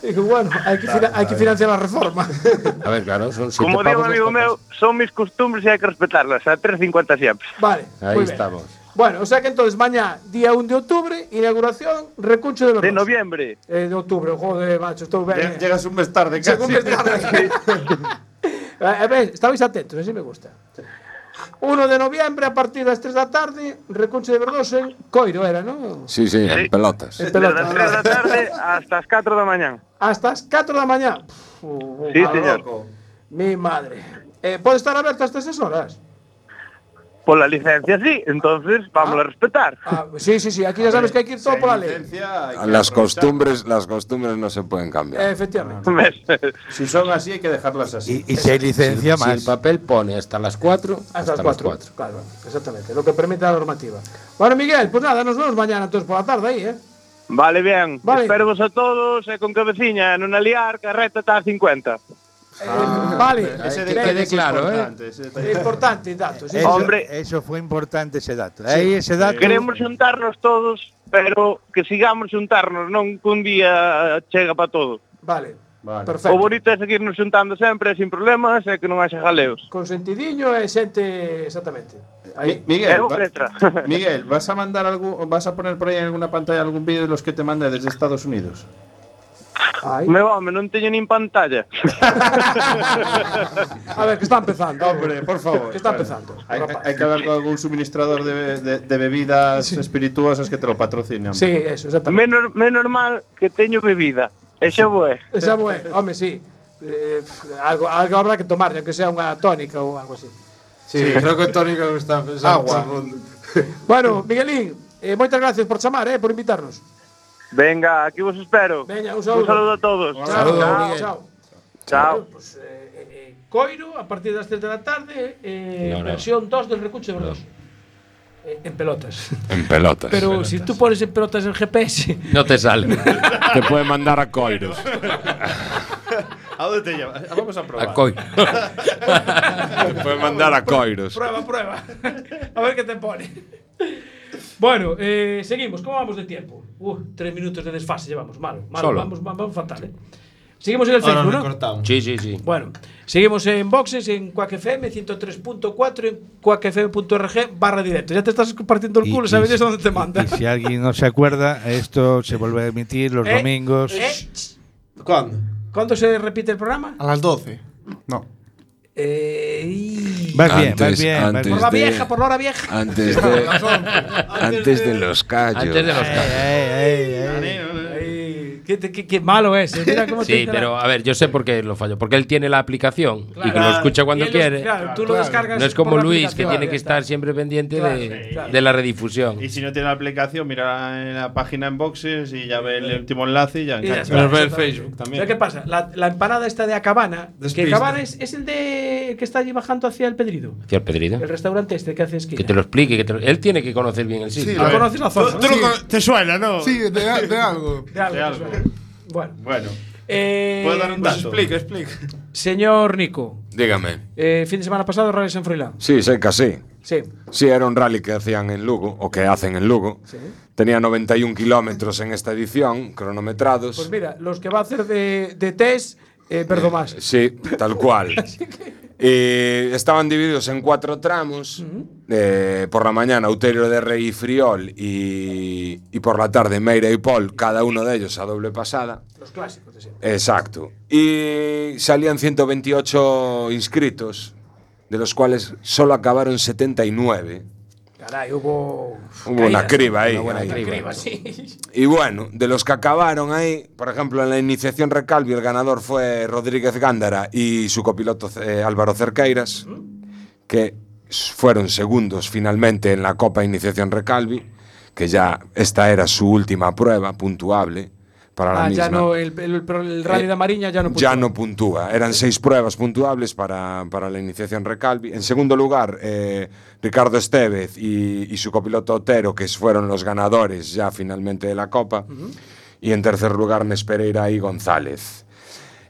[SPEAKER 2] Digo, bueno, hai que, fina, hai que financiar a reforma.
[SPEAKER 5] A ver, claro, son siete
[SPEAKER 20] Como digo,
[SPEAKER 5] pavos los
[SPEAKER 20] amigo meu, son mis costumbres e hai que respetarlas. A 3.50 sempre.
[SPEAKER 2] Vale,
[SPEAKER 5] pa- Ahí
[SPEAKER 2] muy bien.
[SPEAKER 5] estamos.
[SPEAKER 2] Bueno, o sea que entonces mañá, día 1 de octubre, inauguración, recuncho de los
[SPEAKER 20] De noviembre.
[SPEAKER 2] Eh, de octubre, joder, macho, estou ben.
[SPEAKER 20] Lle-
[SPEAKER 2] eh.
[SPEAKER 20] llegas un mes tarde, casi.
[SPEAKER 2] Chego Un mes tarde. a ver, estabais atentos, así me gusta. 1 de noviembre, a partir das 3 da tarde, recuncho de Verdoso en Coiro era, non?
[SPEAKER 17] Sí, sí, en pelotas.
[SPEAKER 2] En
[SPEAKER 20] Desde
[SPEAKER 2] pelota.
[SPEAKER 20] as 3 da tarde hasta as 4 da mañán.
[SPEAKER 2] Hasta as 4 da mañá. Pff,
[SPEAKER 20] Sí,
[SPEAKER 2] a
[SPEAKER 20] señor.
[SPEAKER 2] loco. Mi madre. Eh, pode estar aberto hasta 6 horas?
[SPEAKER 20] Pola licencia sí, entonces vamos a respetar.
[SPEAKER 2] Ah, sí, sí, sí, aquí ya sabes que hay que ir todo por la ley.
[SPEAKER 17] Las costumbres, las costumbres no se pueden cambiar.
[SPEAKER 2] Eh, efectivamente.
[SPEAKER 8] Si son así, hay que dejarlas así.
[SPEAKER 4] Y si hay licencia
[SPEAKER 5] Si- Si
[SPEAKER 4] más.
[SPEAKER 5] el papel pone hasta las 4,
[SPEAKER 2] Hasta, las 4. Claro, exactamente, lo que permite la normativa. Bueno, Miguel, pues nada, nos vemos mañana entonces por la tarde ahí, ¿eh?
[SPEAKER 20] Vale, bien.
[SPEAKER 2] Vale.
[SPEAKER 20] Espero vos a todos e con cabeciña non aliar, que a reta está a 50.
[SPEAKER 8] Ah,
[SPEAKER 2] vale,
[SPEAKER 4] ese
[SPEAKER 2] venga.
[SPEAKER 4] detalle es claro, importante,
[SPEAKER 2] Importante el dato, sí.
[SPEAKER 4] Eso,
[SPEAKER 20] Hombre.
[SPEAKER 4] eso fue importante ese dato. Ahí ese dato.
[SPEAKER 20] Queremos juntarnos todos, pero que sigamos juntarnos, non que un día chega para todo.
[SPEAKER 2] Vale,
[SPEAKER 20] O
[SPEAKER 2] perfecto.
[SPEAKER 20] bonito é seguirnos juntando sempre, sin problemas, e que non haxa jaleos.
[SPEAKER 2] Con sentidiño e xente exactamente.
[SPEAKER 8] Mi- Miguel,
[SPEAKER 20] Eu,
[SPEAKER 8] va-
[SPEAKER 20] letra.
[SPEAKER 8] Miguel, ¿vas a mandar algo, vas a poner por ahí en alguna pantalla algún vídeo de los que te manda desde Estados Unidos?
[SPEAKER 20] Me vame, non teño nin pantalla.
[SPEAKER 2] A ver, que está empezando.
[SPEAKER 8] Hombre, por favor.
[SPEAKER 2] Que está empezando.
[SPEAKER 8] Hay, hay- hay que hablar con algún suministrador de, de- de bebidas espirituosas que te lo patrocinen.
[SPEAKER 2] Sí, eso, exactamente.
[SPEAKER 20] Menos, menos mal que teño bebida. E xa voe.
[SPEAKER 2] Esa bué, home, sí. Eh, pff, algo, algo habrá que tomar, ya que sea unha tónica ou algo así.
[SPEAKER 8] Sí, creo que tónico me está pensando.
[SPEAKER 2] Agua. Bueno, Miguelín, eh, moitas gracias por chamar, eh, por invitarnos.
[SPEAKER 20] Venga, aquí vos espero.
[SPEAKER 2] Veña, un saludo.
[SPEAKER 20] Un saludo a todos.
[SPEAKER 2] Chao.
[SPEAKER 20] Chao.
[SPEAKER 2] Chao.
[SPEAKER 20] Chao.
[SPEAKER 2] Pues, eh, eh, eh, Coiro, a partir das 3 de la tarde, eh,
[SPEAKER 17] No, no.
[SPEAKER 2] versión 2 del recurso de Verdoso. Eh, en pelotas.
[SPEAKER 17] En pelotas.
[SPEAKER 2] Pero si tú pones en pelotas el GPS,
[SPEAKER 17] No te sale. te puede mandar a Coiro.
[SPEAKER 8] ¿A dónde te llevas? Vamos a probar.
[SPEAKER 17] A Coiro. te puede mandar a Coiros.
[SPEAKER 2] Prueba, prueba. A ver qué te pone. Bueno, eh, seguimos. ¿Cómo vamos de tiempo? Uh, tres minutos de desfase llevamos. Mal, mal.
[SPEAKER 5] Solo.
[SPEAKER 2] Vamos, va- vamos fatal, ¿eh? Seguimos en el Facebook, ¿no?
[SPEAKER 5] Sí, sí, sí.
[SPEAKER 2] Bueno, seguimos en boxes, en Quack FM 103.4, en quackfm.org barra directo. Ya te estás partiendo el
[SPEAKER 4] Y-
[SPEAKER 2] culo,
[SPEAKER 4] y
[SPEAKER 2] sabes
[SPEAKER 4] si-
[SPEAKER 2] dónde te manda.
[SPEAKER 4] Y si alguien no se acuerda, esto se vuelve a emitir los
[SPEAKER 2] Eh,
[SPEAKER 4] domingos.
[SPEAKER 2] eh, ch-
[SPEAKER 8] ¿Cuándo?
[SPEAKER 2] ¿Cuándo se repite el programa?
[SPEAKER 11] A las 12. No.
[SPEAKER 2] Eh, y-
[SPEAKER 4] Vas bien, vas bien, vas
[SPEAKER 2] Por la vieja, por la hora vieja.
[SPEAKER 17] Antes de, antes de los callos.
[SPEAKER 4] Ey, ey, ey, ey.
[SPEAKER 2] Ahí,
[SPEAKER 21] Qué, te- qué- qué malo es. eh. Mira cómo te
[SPEAKER 5] Sí,
[SPEAKER 21] entra-
[SPEAKER 5] pero a ver, yo sé por qué lo fallo. Porque él tiene la aplicación y que lo
[SPEAKER 21] Claro.
[SPEAKER 5] escucha cuando
[SPEAKER 21] Y él lo-
[SPEAKER 5] quiere.
[SPEAKER 21] claro, tú lo descargas
[SPEAKER 5] No es como
[SPEAKER 21] por la
[SPEAKER 5] Luis, que
[SPEAKER 21] aplicación.
[SPEAKER 5] tiene
[SPEAKER 21] Ya
[SPEAKER 5] que
[SPEAKER 21] está.
[SPEAKER 5] estar siempre pendiente
[SPEAKER 21] Claro,
[SPEAKER 5] de,
[SPEAKER 21] claro.
[SPEAKER 5] de la redifusión.
[SPEAKER 15] Y si no tiene la aplicación, mira en la página en boxes y ya ve el último enlace y ya
[SPEAKER 21] Y ya
[SPEAKER 15] engancha.
[SPEAKER 21] está, exactamente. ¿Sabes qué pasa? La, la empanada esta de Acabana, que
[SPEAKER 15] Despista.
[SPEAKER 21] Acabana es, es el de el que está allí bajando hacia el Pedrido.
[SPEAKER 5] Hacia el Pedrido.
[SPEAKER 21] El restaurante este que hace esquina.
[SPEAKER 5] Que te lo explique. que te lo- Él tiene que conocer bien el sitio.
[SPEAKER 21] Ah, conoces la zona. ¿no?
[SPEAKER 19] Te suena, ¿no?
[SPEAKER 21] Sí,
[SPEAKER 8] de, algo.
[SPEAKER 21] De algo. te suena. Bueno.
[SPEAKER 15] Bueno.
[SPEAKER 21] Eh,
[SPEAKER 15] ¿Puedo dar un
[SPEAKER 21] pues
[SPEAKER 15] dato?
[SPEAKER 21] explica,
[SPEAKER 15] explica.
[SPEAKER 21] Señor Nico,
[SPEAKER 17] Dígame.
[SPEAKER 21] eh, fin de semana pasado, Rallys en Froilán.
[SPEAKER 17] Sí, sé que sí.
[SPEAKER 21] Sí.
[SPEAKER 17] Sí, era un rally que hacían en Lugo, o que hacen en Lugo. Tenía 91 kilómetros en esta edición, cronometrados.
[SPEAKER 21] Pues mira, los que va a hacer de, de test, eh, perdón más.
[SPEAKER 17] Sí, tal cual. Eh, estaban divididos en cuatro tramos. Eh, por la mañana, Uterio de Rey y Friol. Y, y por la tarde, Meira y Paul, cada uno de ellos a doble pasada.
[SPEAKER 21] Los clásicos de siempre.
[SPEAKER 17] Exacto. Y salían 128 inscritos, de los cuales solo acabaron 79.
[SPEAKER 21] Caray, hubo.
[SPEAKER 17] Hubo
[SPEAKER 21] caídas.
[SPEAKER 17] una criba ahí,
[SPEAKER 21] Una buena
[SPEAKER 17] ahí.
[SPEAKER 21] criba, sí.
[SPEAKER 17] Y bueno, de los que acabaron ahí, por ejemplo, en la iniciación Recalvi, el ganador fue Rodríguez Gándara y su copiloto eh, Álvaro Cerqueiras, que s- fueron segundos finalmente en la Copa Iniciación Recalvi, que ya esta era su última prueba puntuable para la
[SPEAKER 21] Ah,
[SPEAKER 17] misma.
[SPEAKER 21] ya no, el, el, el rally
[SPEAKER 17] Eh,
[SPEAKER 21] de Mariña ya no pudo.
[SPEAKER 17] Ya no puntúa. Eran seis pruebas puntuables para, para la iniciación Recalvi. En segundo lugar, eh, Ricardo Estevez y, y su copiloto Otero, que fueron los ganadores ya finalmente de la Copa. Y en tercer lugar, Nes Pereira y González.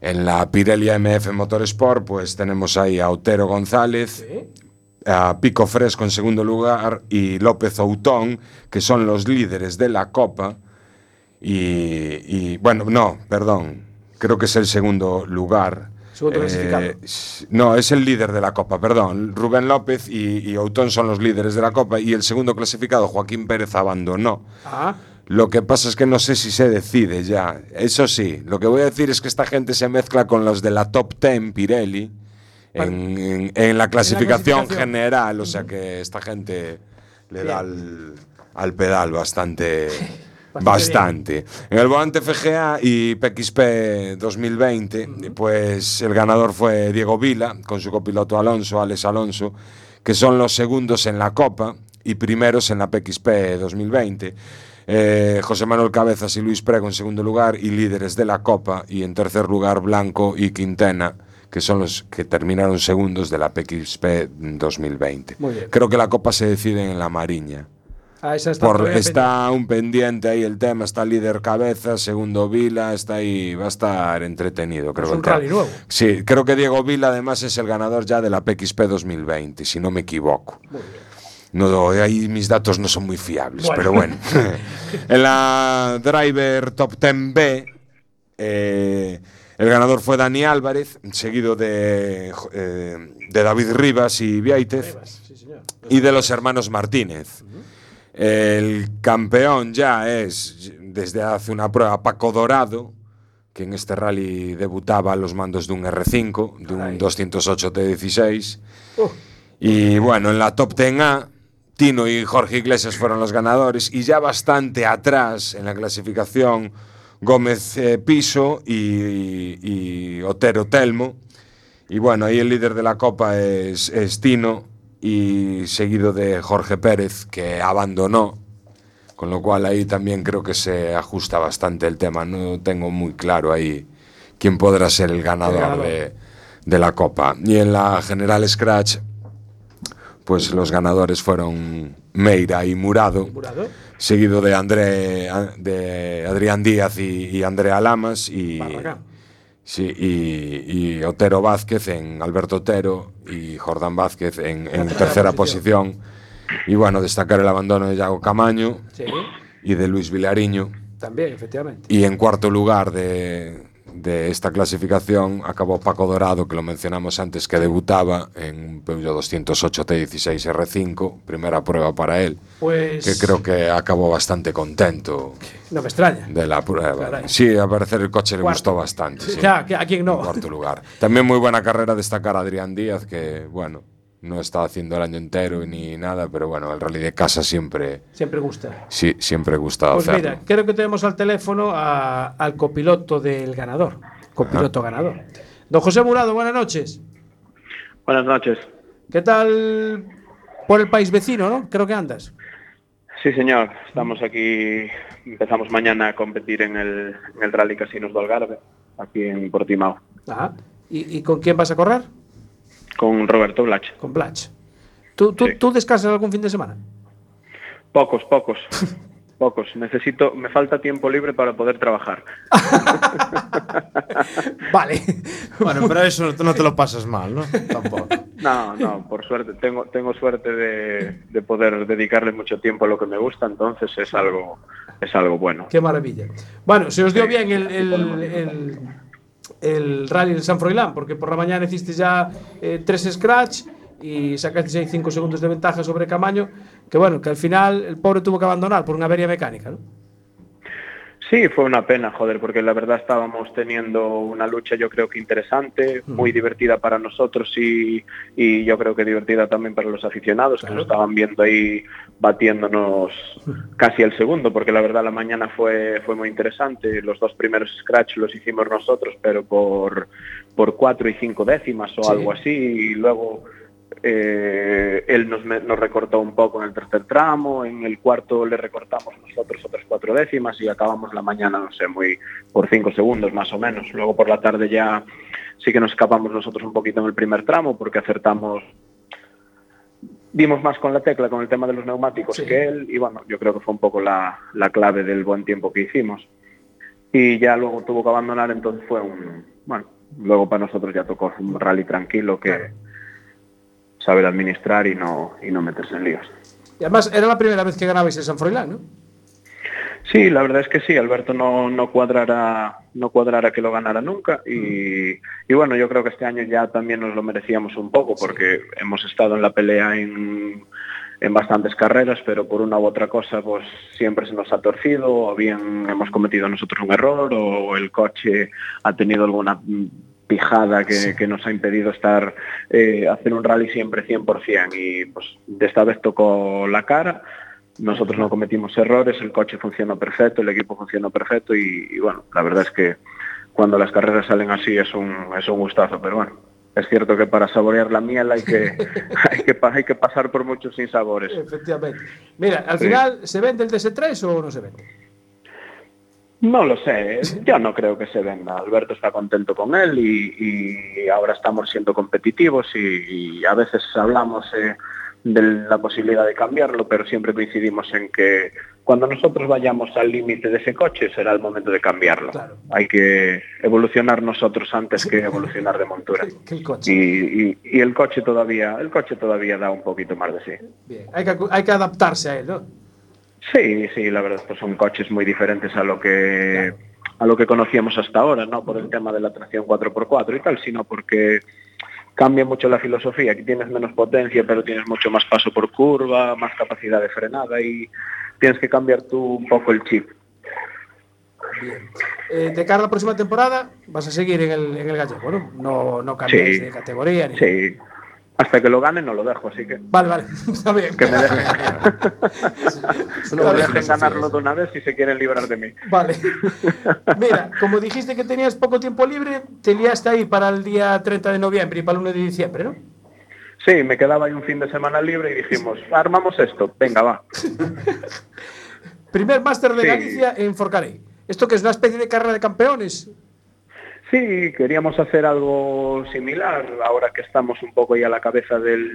[SPEAKER 17] En la Pirelli MF Motorsport, pues tenemos ahí a Otero González, a Pico Fresco en segundo lugar y López Outón, que son los líderes de la Copa. Y, y, bueno, no, perdón, creo que es el segundo lugar.
[SPEAKER 21] Segundo
[SPEAKER 17] Eh,
[SPEAKER 21] clasificado.
[SPEAKER 17] s- no, es el líder de la Copa, perdón. Rubén López y, y Outón son los líderes de la Copa y el segundo clasificado, Joaquín Pérez, abandonó.
[SPEAKER 21] Ah,
[SPEAKER 17] Lo que pasa es que no sé si se decide ya. Eso sí, lo que voy a decir es que esta gente se mezcla con los de la top 10 Pirelli en, en- en la clasificación
[SPEAKER 8] clasificación.
[SPEAKER 17] general. O sea que esta gente le da al, al pedal bastante. Bastante. En el volante FGA y PXP 2020, pues el ganador fue Diego Vila, con su copiloto Alonso, Alex Alonso, que son los segundos en la Copa y primeros en la PXP 2020. Eh, José Manuel Cabezas y Luis Prego en segundo lugar y líderes de la Copa y en tercer lugar Blanco y Quintena, que son los que terminaron segundos de la PXP 2020.
[SPEAKER 21] Muy bien.
[SPEAKER 17] Creo que la Copa se decide en la Mariña.
[SPEAKER 21] ah, esa está.
[SPEAKER 17] Por-
[SPEAKER 21] todavía
[SPEAKER 17] está un pendiente ahí el tema, está líder cabeza, segundo Vila, está ahí, va a estar entretenido, creo.
[SPEAKER 21] Es
[SPEAKER 17] que
[SPEAKER 21] un
[SPEAKER 17] el tema.
[SPEAKER 21] rally nuevo.
[SPEAKER 17] Sí, creo que Diego Vila además es el ganador ya de la PXP 2020, si no me equivoco. No, ahí mis datos no son muy fiables,
[SPEAKER 8] Bueno.
[SPEAKER 17] pero bueno. en la Driver Top 10B, eh, el ganador fue Dani Álvarez, seguido de, jo- eh, de David Rivas y Viaitez, y de los hermanos Martínez. El campeón ya es, desde hace una prueba, Paco Dorado, que en este rally debutaba a los mandos de un R5, de un 208 T16. Y bueno, en la top 10A, Tino y Jorge Iglesias fueron los ganadores y ya bastante atrás en la clasificación Gómez eh, Piso y, y Otero Telmo. Y bueno, ahí el líder de la Copa es, es Tino y seguido de Jorge Pérez que abandonó. Con lo cual ahí también creo que se ajusta bastante el tema. No tengo muy claro ahí quién podrá ser el ganador,
[SPEAKER 8] ganador.
[SPEAKER 17] De, de la Copa. Y en la General Scratch, pues los ganadores fueron Meira y Murado,
[SPEAKER 21] Murado.
[SPEAKER 17] seguido de, André, de Adrián Díaz y, y Andrea Lamas y, sí, y, y Otero Vázquez en Alberto Otero y Jordán Vázquez en, en tercera posición. Y bueno, destacar el abandono de Yago Camaño
[SPEAKER 21] Sí,
[SPEAKER 17] y de Luis Vilariño.
[SPEAKER 21] también, efectivamente.
[SPEAKER 17] Y en cuarto lugar de, de esta clasificación acabó Paco Dorado, que lo mencionamos antes, que debutaba en un Peugeot 208 T16 R5, primera prueba para él,
[SPEAKER 21] Pues.
[SPEAKER 17] que creo que acabó bastante contento
[SPEAKER 21] No me extraña.
[SPEAKER 17] de la prueba.
[SPEAKER 21] Caray.
[SPEAKER 17] Sí, al parecer el coche le
[SPEAKER 21] Cuarto.
[SPEAKER 17] gustó bastante. sí.
[SPEAKER 21] Ya, que- ¿a quién no?
[SPEAKER 17] Cuarto lugar. También muy buena carrera destacar a Adrián Díaz, que bueno, no está haciendo el año entero ni nada, pero bueno, el rally de casa siempre,
[SPEAKER 2] Siempre gusta.
[SPEAKER 17] sí, siempre gusta
[SPEAKER 2] Pues
[SPEAKER 17] hacerlo.
[SPEAKER 2] mira, creo que tenemos al teléfono a- al copiloto del ganador.
[SPEAKER 17] Ah.
[SPEAKER 2] Copiloto ganador. Don José Murado, buenas noches.
[SPEAKER 11] Buenas noches.
[SPEAKER 2] ¿Qué tal por el país vecino, no? Creo que andas.
[SPEAKER 11] Sí, señor. Estamos aquí. Empezamos mañana a competir en el, en el Rally Casinos do Algarve, aquí en Portimao,
[SPEAKER 2] Ajá. ¿Y, y con quién vas a correr?
[SPEAKER 11] con Roberto Blach.
[SPEAKER 2] Con Blatch. ¿Tú, tú, tú descansas algún fin de semana?
[SPEAKER 11] Pocos, pocos. Pocos. Necesito. Me falta tiempo libre para poder trabajar.
[SPEAKER 2] Vale.
[SPEAKER 8] Bueno, pero eso no te lo pasas mal, ¿no? Tampoco.
[SPEAKER 11] No, no, por suerte. Tengo, tengo suerte de, de poder dedicarle mucho tiempo a lo que me gusta, entonces es algo, es algo bueno.
[SPEAKER 2] Qué maravilla. Bueno, se os dio bien el, el, el- el rally del San Froilán, porque por la mañana hiciste ya eh, tres scratch y sacaste ahí cinco segundos de ventaja sobre Camaño, que bueno, que al final el pobre tuvo que abandonar por una avería mecánica, ¿no?
[SPEAKER 11] Sí, fue una pena, joder, porque la verdad estábamos teniendo una lucha yo creo que interesante, muy divertida para nosotros y, y yo creo que divertida también para los aficionados que nos estaban viendo ahí batiéndonos casi el segundo, porque la verdad la mañana fue, fue muy interesante. Los dos primeros scratch los hicimos nosotros, pero por, por cuatro y cinco décimas o
[SPEAKER 13] Sí.
[SPEAKER 11] algo así, y luego eh, él nos, me- nos recortó un poco en el tercer tramo, en el cuarto le recortamos nosotros otras cuatro décimas y acabamos la mañana, no sé, muy por cinco segundos más o menos. Luego por la tarde ya sí que nos escapamos nosotros un poquito en el primer tramo porque acertamos, dimos más con la tecla, con el tema de los neumáticos que él y bueno, yo creo que fue un poco la, la clave del buen tiempo que hicimos. Y ya luego tuvo que abandonar, entonces fue un, bueno, luego para nosotros ya tocó un rally tranquilo que saber administrar y no, y no meterse en líos.
[SPEAKER 2] Y además era la primera vez que ganabais el San Froilán, ¿no?
[SPEAKER 11] Sí, la verdad es que sí, Alberto no, no cuadrará, no cuadrará que lo ganara nunca y, y bueno, yo creo que este año ya también nos lo merecíamos un poco porque hemos estado en la pelea en, en bastantes carreras, pero por una u otra cosa pues siempre se nos ha torcido o bien hemos cometido nosotros un error o el coche ha tenido alguna mm, pijada que, que nos ha impedido estar eh, hacer un rally siempre 100% y pues de esta vez tocó la cara nosotros no cometimos errores, el coche funcionó perfecto, el equipo funcionó perfecto y, y, bueno, la verdad es que cuando las carreras salen así es un, es un gustazo, pero bueno, es cierto que para saborear la miel hay que, hay que, pa- hay que pasar por muchos sinsabores.
[SPEAKER 2] Efectivamente. Mira, al
[SPEAKER 11] Sí.
[SPEAKER 2] final, ¿se vende el DS3 o no se vende?
[SPEAKER 11] No lo sé, yo no creo que se venda. Alberto está contento con él y, y ahora estamos siendo competitivos y, y a veces hablamos eh, de la posibilidad de cambiarlo, pero siempre coincidimos en que cuando nosotros vayamos al límite de ese coche será el momento de cambiarlo. Hay que evolucionar nosotros antes que evolucionar de montura.
[SPEAKER 2] Que el coche.
[SPEAKER 11] Y, y- y el coche todavía, el coche todavía da un poquito más de sí.
[SPEAKER 2] Bien, hay que, acu- hay que adaptarse a él, ¿no?
[SPEAKER 11] Sí, sí, la verdad, pues son coches muy diferentes a lo que a lo que conocíamos hasta ahora, no por el tema de la tracción 4x4 y tal, sino porque cambia mucho la filosofía, aquí tienes menos potencia, pero tienes mucho más paso por curva, más capacidad de frenada y tienes que cambiar tú un poco el chip.
[SPEAKER 2] Eh, de cara a la próxima temporada, vas a seguir en el, en el gallego, ¿no? No, no cambiáis
[SPEAKER 11] Sí.
[SPEAKER 2] de categoría. Ni...
[SPEAKER 11] Sí. Hasta que lo gane no lo dejo, así que
[SPEAKER 2] Vale, vale, está bien.
[SPEAKER 11] que me dejen,
[SPEAKER 2] una
[SPEAKER 11] que me
[SPEAKER 2] buena
[SPEAKER 11] dejen
[SPEAKER 2] filosofía
[SPEAKER 11] ganarlo de una vez si se quieren librar de mí.
[SPEAKER 2] Vale. Mira, como dijiste que tenías poco tiempo libre, te liaste ahí para el día 30 de noviembre y para el 1 de diciembre, ¿no?
[SPEAKER 11] Sí, me quedaba ahí un fin de semana libre y dijimos, armamos esto, venga va.
[SPEAKER 2] Primer máster de
[SPEAKER 11] Sí.
[SPEAKER 2] Galicia en Forcarey. ¿Esto que es una especie de carrera de campeones?
[SPEAKER 11] Sí, queríamos hacer algo similar ahora que estamos un poco ya a la cabeza del,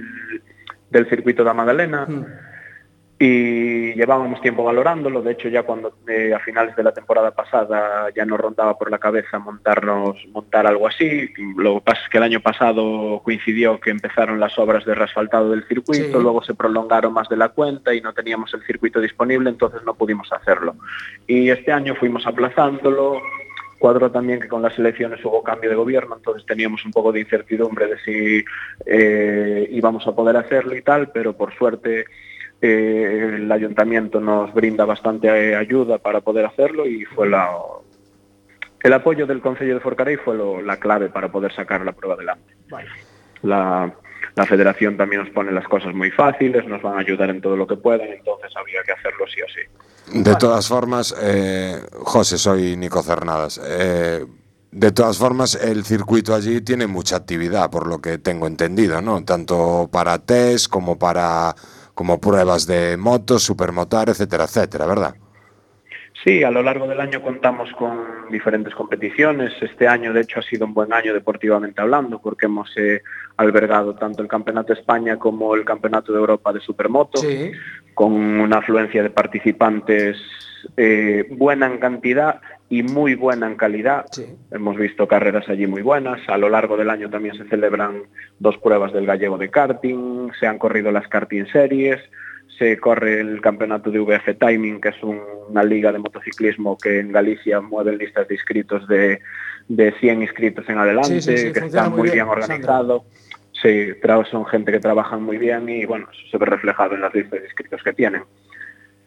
[SPEAKER 11] del circuito de la Magdalena y llevábamos tiempo valorándolo. De hecho, ya cuando eh, a finales de la temporada pasada ya nos rondaba por la cabeza montarnos, montar algo así. Lo que pasa es que el año pasado coincidió que empezaron las obras de reasfaltado del circuito,
[SPEAKER 22] Sí.
[SPEAKER 11] luego se prolongaron más de la cuenta y no teníamos el circuito disponible, entonces no pudimos hacerlo. Y este año fuimos aplazándolo. Cuadro también que con las elecciones hubo cambio de gobierno, entonces teníamos un poco de incertidumbre de si eh, íbamos a poder hacerlo y tal, pero por suerte eh, el ayuntamiento nos brinda bastante eh, ayuda para poder hacerlo y fue la el apoyo del Consejo de Forcarey fue lo- la clave para poder sacar la prueba adelante. La, la federación también nos pone las cosas muy fáciles, nos van a ayudar en todo lo que puedan, entonces habría que hacerlo sí o sí.
[SPEAKER 17] De todas formas, eh, José, soy Nico Cernadas. Eh, de todas formas, el circuito allí tiene mucha actividad, por lo que tengo entendido, ¿no? Tanto para test como para como pruebas de motos, supermotar, etcétera, etcétera, ¿verdad?
[SPEAKER 11] Sí, a lo largo del año contamos con diferentes competiciones. Este año, de hecho, ha sido un buen año deportivamente hablando, porque hemos eh, albergado tanto el Campeonato de España como el Campeonato de Europa de Supermoto, con una afluencia de participantes eh, buena en cantidad y muy buena en calidad. Hemos visto carreras allí muy buenas. A lo largo del año también se celebran dos pruebas del gallego de karting, se han corrido las karting series se corre el campeonato de VF Timing, que es un- una liga de motociclismo que en Galicia mueve listas de inscritos de, de 100 inscritos en adelante,
[SPEAKER 8] Sí, sí, sí,
[SPEAKER 11] que
[SPEAKER 8] funciona
[SPEAKER 11] está
[SPEAKER 8] muy
[SPEAKER 11] muy bien,
[SPEAKER 8] bien,
[SPEAKER 11] organizado. Sí, tra- son gente que trabajan muy bien y bueno, eso se ve reflejado en las listas de inscritos que tienen.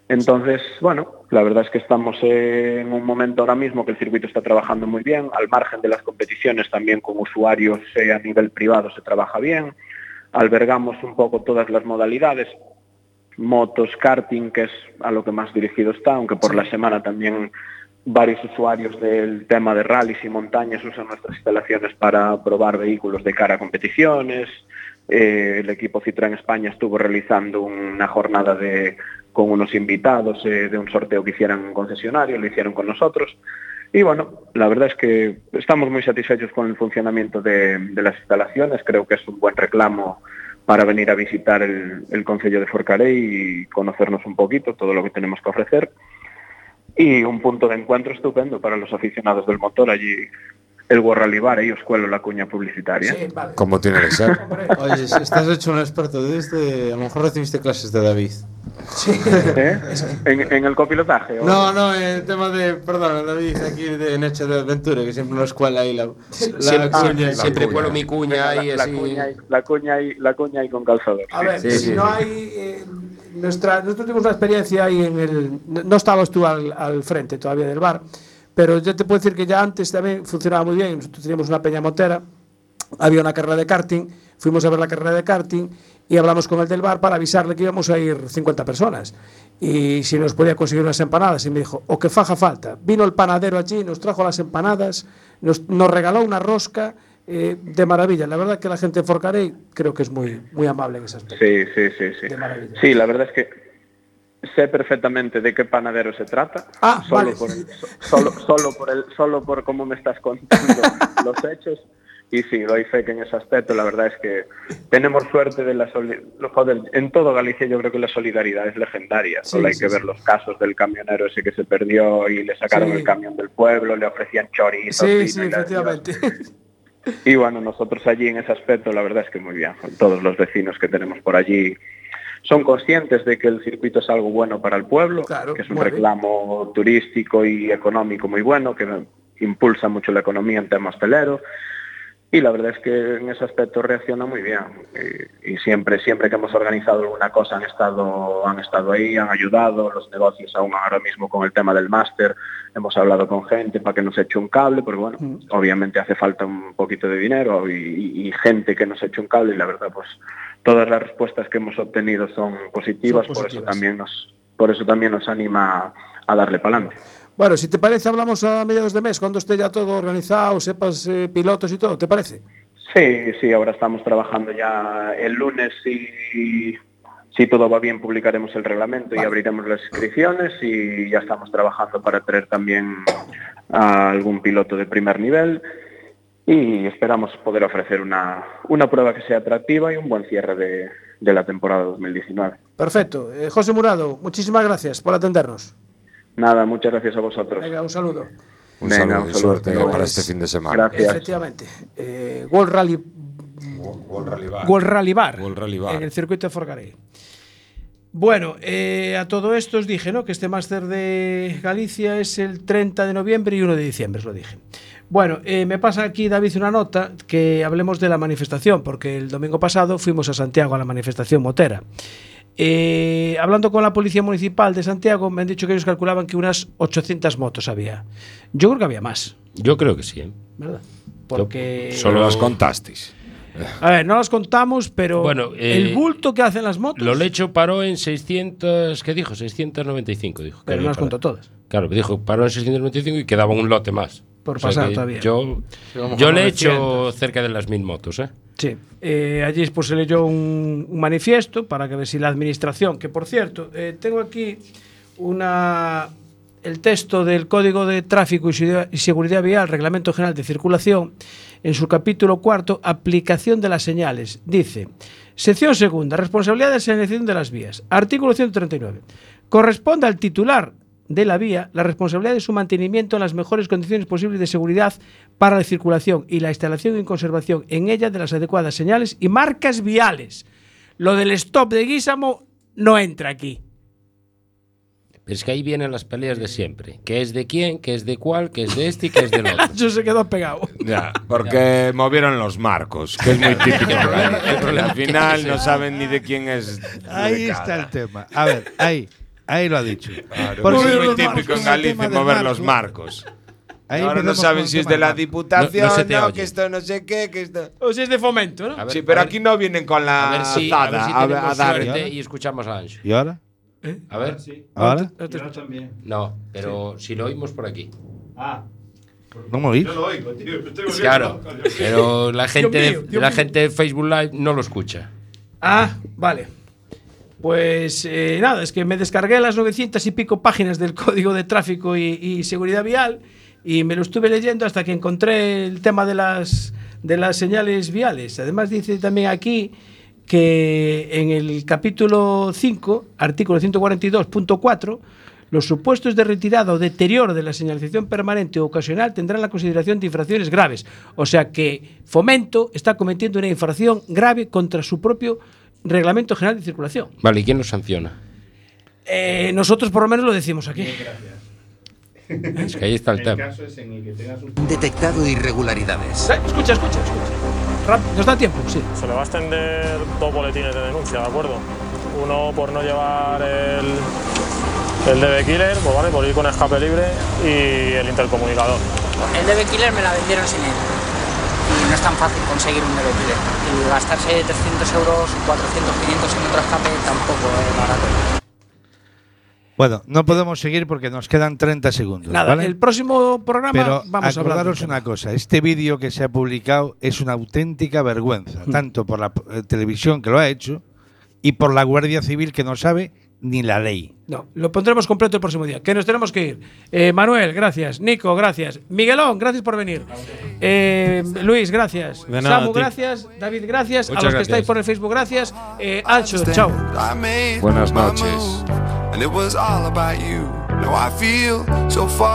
[SPEAKER 11] Entonces, bueno, la verdad es que estamos eh, en un momento ahora mismo que el circuito está trabajando muy bien, al margen de las competiciones también con usuarios eh, a nivel privado se trabaja bien, albergamos un poco todas las modalidades, motos, karting, que es a lo que más dirigido está, aunque por la semana también varios usuarios del tema de rallies y montañas usan nuestras instalaciones para probar vehículos de cara a competiciones. Eh, el equipo Citroën España estuvo realizando una jornada de, con unos invitados eh, de un sorteo que hicieron en un concesionario, lo hicieron con nosotros. Y bueno, la verdad es que estamos muy satisfechos con el funcionamiento de, de las instalaciones. Creo que es un buen reclamo para venir a visitar el, el Concello de Forcarey y conocernos un poquito, todo lo que tenemos que ofrecer. Y un punto de encuentro estupendo para los aficionados del motor allí. El Guarralibar, ahí os cuelo la cuña publicitaria.
[SPEAKER 17] Como tiene que ser.
[SPEAKER 8] Oye, si estás hecho un experto de este, a lo mejor recibiste clases de David.
[SPEAKER 11] ¿Eh? ¿En, en el copilotaje? o-
[SPEAKER 8] No, no, el tema de, perdón, David aquí de, en Hecho de Aventura, que siempre nos cuela ahí la, la
[SPEAKER 5] Siempre-
[SPEAKER 8] cuña.
[SPEAKER 5] ah, siempre cuelo mi cuña ahí,
[SPEAKER 11] la, la
[SPEAKER 5] así.
[SPEAKER 11] cuña ahí- la cuña ahí- la cuña ahí con calzador.
[SPEAKER 2] A ver, si no hay. eh, nuestra, nosotros tuvimos una experiencia ahí en el. no- No estabas tú al, al frente todavía del bar, pero yo te puedo decir que ya antes también funcionaba muy bien. Nosotros teníamos una peña motera, había una carrera de karting, fuimos a ver la carrera de karting y hablamos con el del bar para avisarle que íbamos a ir 50 personas y si nos podía conseguir unas empanadas. Y me dijo, o que faja falta. Vino el panadero allí, nos trajo las empanadas, nos, nos regaló una rosca. eh, de maravilla, la verdad que la gente de Forcarey creo que es muy, muy amable en ese aspecto.
[SPEAKER 11] Sí, sí, sí, sí. Sí, la verdad es que sé perfectamente de qué panadero se trata.
[SPEAKER 2] Ah,
[SPEAKER 11] solo
[SPEAKER 2] vale.
[SPEAKER 11] por el, solo, solo por el, solo por cómo me estás contando los hechos. Y sí, doy fe que en ese aspecto la verdad es que tenemos suerte de la soli- lo- joder, en todo Galicia yo creo que la solidaridad es legendaria.
[SPEAKER 13] Sí,
[SPEAKER 11] Solo hay
[SPEAKER 13] sí,
[SPEAKER 11] que
[SPEAKER 13] sí.
[SPEAKER 11] ver los casos del camionero ese que se perdió y le sacaron
[SPEAKER 13] Sí.
[SPEAKER 11] el camión del pueblo, le ofrecían chorizo,
[SPEAKER 2] Sí,
[SPEAKER 11] vino
[SPEAKER 2] sí,
[SPEAKER 11] y la-
[SPEAKER 2] efectivamente.
[SPEAKER 11] y bueno, nosotros allí en ese aspecto, la verdad es que muy bien. Todos los vecinos que tenemos por allí son conscientes de que el circuito es algo bueno para el pueblo, que es un
[SPEAKER 13] muy bien.
[SPEAKER 11] reclamo turístico y económico muy bueno, que impulsa mucho la economía en temas hostelero. Y la verdad es que en ese aspecto reacciona muy bien. eh, Y- Y, siempre, siempre que hemos organizado alguna cosa han estado, han estado ahí, han ayudado, los negocios aún ahora mismo con el tema del máster, hemos hablado con gente para que nos eche un cable, porque bueno,
[SPEAKER 2] Mm.
[SPEAKER 11] obviamente hace falta un poquito de dinero y, y- y gente que nos eche un cable y la verdad pues todas las respuestas que hemos obtenido son positivas,
[SPEAKER 2] Son
[SPEAKER 11] por eso
[SPEAKER 2] positivas.
[SPEAKER 11] también nos, por eso también nos anima a darle para adelante.
[SPEAKER 2] Bueno, si te parece, hablamos a mediados de mes, cuando esté ya todo organizado, sepas eh, pilotos y todo, ¿te parece?
[SPEAKER 11] Sí, sí, ahora estamos trabajando ya el lunes y si todo va bien publicaremos el reglamento y abriremos las inscripciones y ya estamos trabajando para traer también a algún piloto de primer nivel y esperamos poder ofrecer una, una prueba que sea atractiva y un buen cierre de, de la temporada 2019.
[SPEAKER 2] Perfecto. Eh, José Murado, muchísimas gracias por atendernos.
[SPEAKER 11] Nada, muchas gracias a vosotros.
[SPEAKER 2] Venga, un saludo.
[SPEAKER 17] Un
[SPEAKER 11] Venga,
[SPEAKER 17] saludo
[SPEAKER 11] un
[SPEAKER 17] y
[SPEAKER 11] saludo,
[SPEAKER 17] suerte
[SPEAKER 11] hasta luego.
[SPEAKER 17] para este fin de semana.
[SPEAKER 2] Efectivamente. Eh, World Rally, World Rally Bar.
[SPEAKER 17] eh,
[SPEAKER 2] En el circuito de Forcarey. Bueno, eh, a todo esto os dije, ¿no? Que este máster de Galicia es el 30 de noviembre y 1 de diciembre, os lo dije. Bueno, eh, me pasa aquí, David, una nota que hablemos de la manifestación, porque el domingo pasado fuimos a Santiago a la manifestación motera. Eh, hablando con la Policía Municipal de Santiago, me han dicho que ellos calculaban que unas 800 motos había. Yo creo que había más,
[SPEAKER 5] Yo creo que sí. ¿eh?
[SPEAKER 2] ¿verdad? Porque.
[SPEAKER 17] Solo las contasteis.
[SPEAKER 2] A ver, no las contamos, pero
[SPEAKER 5] Bueno, eh,
[SPEAKER 2] el bulto que hacen las motos.
[SPEAKER 5] Lo Lecho paró en 600, ¿qué dijo? 695, dijo. que
[SPEAKER 2] Pero no
[SPEAKER 5] había
[SPEAKER 2] las contó
[SPEAKER 5] parado.
[SPEAKER 2] todas.
[SPEAKER 5] Claro, dijo, paró en 695 y quedaba un lote más.
[SPEAKER 2] Por pasar
[SPEAKER 5] que
[SPEAKER 2] todavía.
[SPEAKER 5] Yo,
[SPEAKER 2] Llegamos
[SPEAKER 5] yo
[SPEAKER 2] a
[SPEAKER 5] le he
[SPEAKER 2] 900.
[SPEAKER 5] hecho cerca de las mil motos, ¿eh?
[SPEAKER 2] Sí. Eh, allí pues, se leyó un, un manifiesto para que ver si la administración, que por cierto, eh, tengo aquí una el texto del Código de Tráfico y Seguridad- y Seguridad Vial, Reglamento General de Circulación, en su capítulo cuarto, aplicación de las señales. Dice, sección segunda, responsabilidad de señalización de las vías. Artículo 139. Corresponde al titular de la vía la responsabilidad de su mantenimiento en las mejores condiciones posibles de seguridad para la circulación y la instalación y conservación en ella de las adecuadas señales y marcas viales. Lo del stop de Guisamo no entra aquí.
[SPEAKER 5] Pero es que ahí vienen las peleas de siempre. ¿Qué es de quién? ¿Qué es de cuál? ¿Qué es de este y qué es del otro?
[SPEAKER 2] Yo se quedó pegado.
[SPEAKER 17] Ya, porque movieron los marcos, que es muy típico. ¿eh? Al final no saben ni de quién es.
[SPEAKER 4] Ahí está el tema. A ver, ahí, ahí lo ha dicho.
[SPEAKER 17] Porque
[SPEAKER 4] eso-
[SPEAKER 17] es muy típico en Galicia mover los marcos.
[SPEAKER 4] Ahí
[SPEAKER 17] Ahora no
[SPEAKER 4] empezamos
[SPEAKER 17] saben
[SPEAKER 4] con
[SPEAKER 17] si es
[SPEAKER 4] tema
[SPEAKER 17] de la
[SPEAKER 4] marcos.
[SPEAKER 17] Diputación,
[SPEAKER 4] No-
[SPEAKER 17] no,
[SPEAKER 4] no se te oye.
[SPEAKER 17] que esto no sé qué, que esto.
[SPEAKER 2] O si es de fomento, ¿no?
[SPEAKER 17] sí, pero aquí no vienen con la
[SPEAKER 5] A ver si, a ver
[SPEAKER 17] azada
[SPEAKER 5] si
[SPEAKER 17] a, ver-
[SPEAKER 5] tenemos
[SPEAKER 17] a dar.
[SPEAKER 5] suerte eh, y escuchamos a Ancho.
[SPEAKER 4] ¿Y ahora?
[SPEAKER 2] ¿Eh?
[SPEAKER 5] A
[SPEAKER 2] Ah,
[SPEAKER 5] ver.
[SPEAKER 4] ¿Ahora?
[SPEAKER 8] también.
[SPEAKER 5] No, pero si lo oímos por aquí.
[SPEAKER 8] Ah.
[SPEAKER 4] No me oís.
[SPEAKER 8] lo oigo, tío. me estoy
[SPEAKER 5] Claro,
[SPEAKER 8] volviendo loco.
[SPEAKER 5] pero la gente,
[SPEAKER 2] Dios mío,
[SPEAKER 5] de,
[SPEAKER 2] Dios
[SPEAKER 5] la
[SPEAKER 2] mío.
[SPEAKER 5] gente de Facebook Live no lo escucha.
[SPEAKER 2] Ah, vale. Pues eh, nada, es que me descargué las 900 y pico páginas del Código de Tráfico y, y Seguridad Vial y me lo estuve leyendo hasta que encontré el tema de las, de las señales viales. Además dice también aquí que en el capítulo 5, artículo 142.4, los supuestos de retirada o deterioro de la señalización permanente o ocasional tendrán la consideración de infracciones graves. O sea que Fomento está cometiendo una infracción grave contra su propio Reglamento General de Circulación.
[SPEAKER 5] Vale, ¿y quién lo sanciona?
[SPEAKER 2] Eh, nosotros por lo menos lo decimos aquí.
[SPEAKER 5] Es que ahí está el tema.
[SPEAKER 8] caso es en el que tengas un
[SPEAKER 23] Detectado irregularidades.
[SPEAKER 2] Eh, Escucha, escucha, escucha. Rápido, nos da tiempo, sí.
[SPEAKER 3] Se le va a extender dos boletines de denuncia, ¿de acuerdo? Uno por no llevar el, el DB Killer, pues vale, por ir con escape libre y el intercomunicador.
[SPEAKER 24] El DB Killer me la vendieron sin él. Y no es tan fácil conseguir un DB Killer. Y gastarse 300 euros, 400, 500 en otro escape tampoco es barato.
[SPEAKER 4] Bueno, no podemos seguir porque nos quedan 30 segundos.
[SPEAKER 2] Nada,
[SPEAKER 4] ¿vale?
[SPEAKER 2] el próximo programa
[SPEAKER 4] Pero
[SPEAKER 2] vamos a hablar. del
[SPEAKER 4] acordaros
[SPEAKER 2] tema.
[SPEAKER 4] una cosa, este vídeo que se ha publicado es una auténtica
[SPEAKER 2] Hmm.
[SPEAKER 4] vergüenza, tanto por la eh, televisión que lo ha hecho y por la Guardia Civil que no sabe ni la ley.
[SPEAKER 2] No, lo pondremos completo el próximo día. Que nos tenemos que ir. Eh, Manuel, gracias. Nico, gracias. Miguelón, gracias por venir. Eh, Luis, gracias.
[SPEAKER 25] De nada,
[SPEAKER 2] Samu,
[SPEAKER 25] tío.
[SPEAKER 2] gracias. David, gracias.
[SPEAKER 25] Ah, Muchas
[SPEAKER 2] a los que
[SPEAKER 25] gracias.
[SPEAKER 2] estáis por el Facebook, gracias. Eh, Ancho, chao.
[SPEAKER 17] Buenas noches.
[SPEAKER 1] And it was all about you. Now I feel so far.